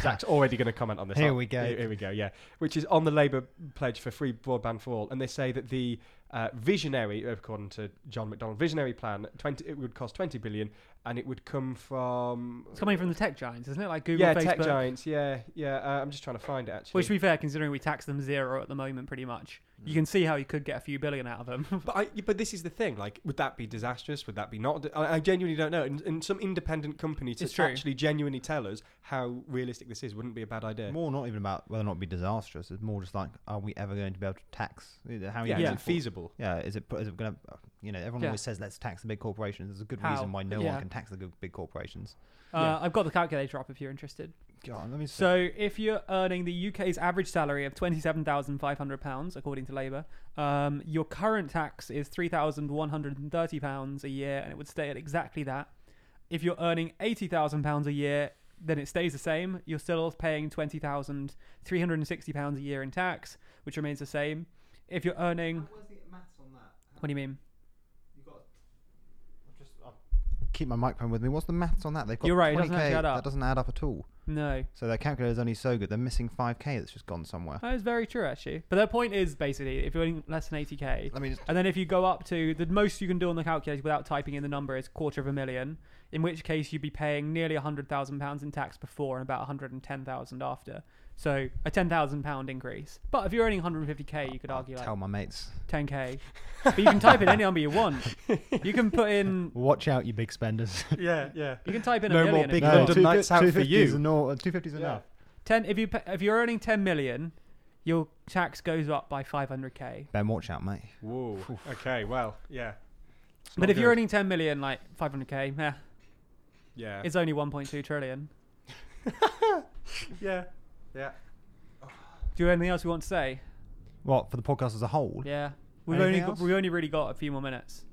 C: Zach's already going to comment on this.
B: Here
C: aren't-
B: we go.
C: Here, here we go. Yeah, which is on the Labour pledge for free broadband for all, and they say that the uh, visionary, according to John McDonald, visionary plan, twenty it would cost twenty billion, and it would come from
A: it's coming from the tech giants, isn't it? Like Google,
C: yeah
A: Facebook.
C: tech giants. Yeah, yeah. Uh, I'm just trying to find it actually.
A: Which, to be fair, considering we tax them zero at the moment, pretty much,
C: Mm.
A: you can see how you could get a few billion out of them. Uh,
C: But I, but this is the thing. Like, would that be disastrous? Would that be not? I, I genuinely don't know. And, and some independent company
A: It's
C: to
A: true.
C: actually genuinely tell us how realistic this is wouldn't be a bad idea.
B: More not even about whether or not it'd be disastrous. It's more just like, are we ever going to be able to tax? How
C: yeah,
B: easy
C: is
B: for-
C: it feasible?
B: Yeah, is it is it going to? You know, everyone
A: Yeah.
B: always says let's tax the big corporations. There's a good
A: How?
B: reason why no
A: Yeah.
B: one can tax the good, big corporations.
A: uh, I've got the calculator up if you're interested.
B: God, let me
A: So, if you're earning the UK's average salary of twenty-seven thousand five hundred pounds, according to Labour, um, your current tax is three thousand one hundred and thirty pounds a year, and it would stay at exactly that. If you're earning eighty thousand pounds a year, then it stays the same. You're still paying twenty thousand three hundred and sixty pounds a year in tax, which remains the same. If you're earning, what do you mean?
B: keep my microphone with me. What's the maths on that? They've got
A: You're right, it
B: 20K,
A: doesn't actually add up.
B: That doesn't add up at all.
A: No,
B: So their calculator's only so good. They're missing 5k that's just gone somewhere.
A: that is very true actually. But their point is basically, if you're earning less than eighty k,
B: Let me just
A: And then if you go up to the most you can do on the calculator without typing in the number is quarter of a million, in which case you'd be paying nearly hundred thousand pounds in tax before and about one hundred and ten thousand after. So a ten thousand pound increase. But if you're earning 150k, you could
C: Oh,
B: I'll
A: argue
B: tell my mates.
A: like 10k. But you can type in any number you want. You can put in.
B: Watch out, you big spenders.
C: Yeah, yeah.
A: You can type in a
C: No
A: million.
C: more
A: if
C: big
A: you want.
C: numbers. London nights out for
B: 250s
C: you.
B: Is enough, 250s enough.
A: Ten. If you pa- if you're earning 10 million, your tax goes up by 500k.
B: Ben, watch out, mate.
C: Whoa. Okay. Well. Yeah. It's
A: But
C: not
A: if you're
C: good.
A: earning 10 million, like 500k, eh,
C: yeah,
A: it's only 1.2 trillion.
C: yeah, yeah.
A: Do you have anything else you want to say?
B: What for the podcast as a whole?
A: Yeah, we've
B: Anything
A: only got,
B: else?
A: we've only really got a few more minutes.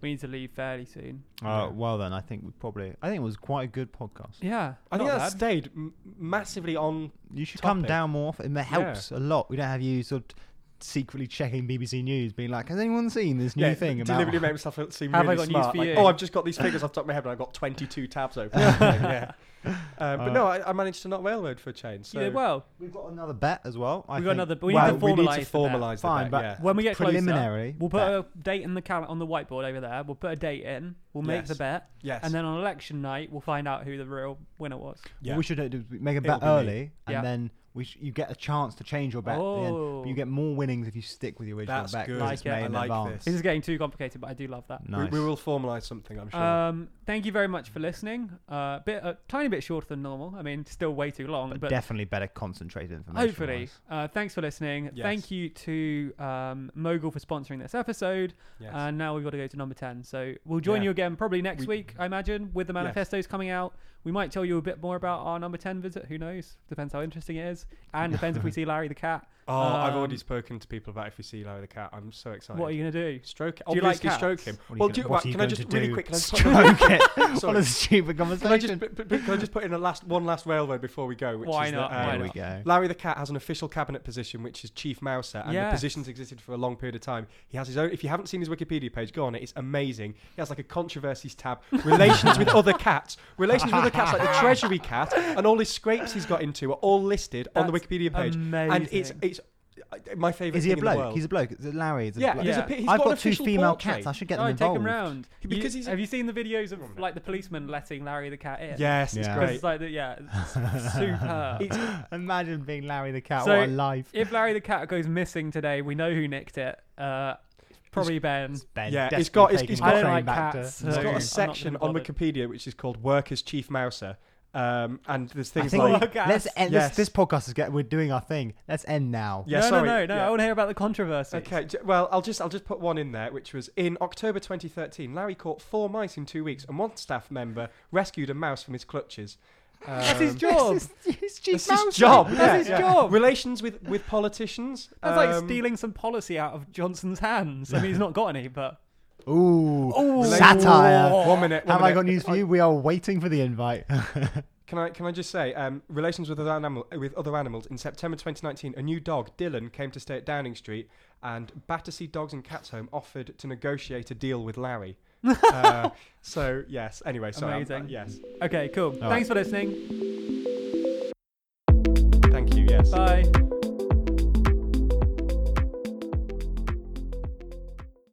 A: We need to leave fairly soon.
B: Uh, well then, I think we probably. I think it was quite a good podcast.
A: Yeah,
C: I think
A: not
C: that
A: bad.
C: stayed m- massively on.
B: You should come
C: Topic.
B: down more. Often. It helps a lot. We don't have you sort of secretly checking BBC News, being like, "Has anyone seen this new
C: yeah,
B: thing about?"
C: deliberately made myself feel- seem
A: Have I
C: really
A: got news
C: smart.
A: for
C: like,
A: you?
C: Oh, I've just got these figures off the top of my head, and I've got 22 tabs open. yeah. Um,
B: Uh,
C: but no, I, I managed to not railroad for a change.
A: You
C: So
A: did well.
B: We've got another bet as well. I
A: We've got
B: think.
A: another- we need
B: Well,
A: to
C: we need to
A: formalise the bet.
C: formalise the
B: Fine,
C: bet,
B: but-
C: yeah.
A: When we get closer,
B: preliminary.
A: we'll put
B: bet.
A: a date in the cal- on the whiteboard over there. We'll put a date in. We'll make the
C: Yes.
A: bet,
C: Yes.
A: and then on election night, we'll find out who the real winner was.
B: What we should do is make a
C: It'll
B: bet
C: be me.
B: early, and
A: Yeah.
B: then we sh- you get a chance to change your bet. at the end.
A: Oh.
B: But you get more winnings if you stick with your original
C: That's
B: bet. 'cause
C: good.
A: Like
B: it's
A: it.
B: made
A: I
B: in
C: like
B: advance.
A: This is getting too complicated, but I do love that.
B: Nice.
C: we, we will formalise something, I'm sure.
A: Um, thank you very much for listening. Uh, bit a tiny bit shorter than normal. I mean, still way too long,
B: but,
A: but,
B: definitely better concentrated information.
A: Hopefully.
B: wise.
A: Uh, thanks for listening.
C: Yes.
A: Thank you to um, Mogul for sponsoring this episode.
C: Yes.
A: And now we've got to go to number 10. So we'll join
C: Yeah.
A: you again probably next
C: We-
A: week, I imagine, with the
C: Yes.
A: manifestos coming out. We might tell you a bit more about our number 10 visit. Who knows? Depends how interesting it is. And depends if we see Larry the cat.
C: oh, I've already
A: um,
C: spoken to people about if we see Larry the cat. I'm so excited.
A: What are you going to do?
C: Stroke.
A: you like
C: Obviously, stroke
A: cats?
C: him.
B: What are you
C: well,
B: gonna-
C: do you,
B: what
C: right,
B: are you
C: can I
B: going
C: just
B: to
C: really
B: do?
C: quick? Can I just-
B: Stroke it.
C: Sorry.
B: What a stupid
C: Can I just
B: conversation.
C: but- but- but can I just put in a last one last railroad before we go? Which
A: Why
C: is
A: not?
C: That,
A: Why
B: There
C: um,
B: we
A: not?
B: go.
C: Larry the Cat has an official cabinet position, which is Chief Mouser, and
A: Yes.
C: the position's existed for a long period of time. He has his own. If you haven't seen his Wikipedia page, go on it. It's amazing. He has like a controversies tab, relations with other cats, relations with other cats, like the Treasury cat, and all his scrapes he's got into are all listed on the
A: That's
C: Wikipedia page. And it's
A: amazing.
C: it's I- my favorite.
B: Is he a
C: thing in the
B: bloke?
C: world.
B: He's a bloke. Is it Larry? Is it
C: yeah,
B: bloke?
C: He's
A: Yeah.
C: a, pi- he's
B: I've got,
C: an
B: two
C: official
B: female
C: portrait.
B: cats. I should get
A: Oh,
B: them
A: take
B: involved.
A: him round.
C: Because
A: you,
C: he's a-
A: have you seen the videos of like the policeman letting Larry the cat in?
C: Yes, it's
B: Yeah.
A: 'Cause
C: great.
A: it's like the, yeah, it's superb.
B: Imagine being Larry the cat.
A: So-
B: what a life.
A: if Larry the cat goes missing today, we know who nicked it. Uh, probably Ben.
B: Ben
C: Yeah, it's
B: desperately
C: got- it's-
B: taking
C: it's
B: the
C: got- I
A: don't
B: train
A: like
B: back to-
A: cats,
B: No.
A: so-
C: It's got
A: I'm
C: a
A: not
C: section
A: gonna be
C: on
A: bothered.
C: Wikipedia which is called "Workers Chief Mouser," um, and there's
B: I
C: things
B: think
C: like
B: we-
A: Podcast.
B: let's end
C: Yes.
B: this, this podcast is get, we're doing our thing. Let's end now.
C: Yeah,
A: no,
C: sorry,
A: no, no, no.
C: yeah.
A: I want to hear about the controversy.
C: Okay, j- well, I'll just I'll just put one in there, which was in October 2013. Larry caught four mice in two weeks, and one staff member rescued a mouse from his clutches.
A: That's his
C: Um,
A: job.
B: This is- this is Chief
C: That's his
B: Mouse.
C: job.
A: That's
C: yeah,
A: his
C: yeah.
A: job.
C: Relations with with politicians.
A: That's like
C: um,
A: stealing some policy out of Johnson's hands. I mean, he's not got any, but
B: Ooh,
A: Ooh.
B: satire.
C: One minute. one
B: Have I
C: minute. Uh,
B: got news for you? We are waiting for the invite.
C: Can I can I just say um, relations with other animal with other animals in September 2019 a new dog Dylan came to stay at Downing Street and Battersea Dogs and Cats Home offered to negotiate a deal with Larry. uh, so yes. Anyway, sorry. I'm- uh,
A: Amazing.
C: yes.
A: okay, cool.
B: right.
A: Thanks for listening.
C: Thank you. Yes.
A: Bye.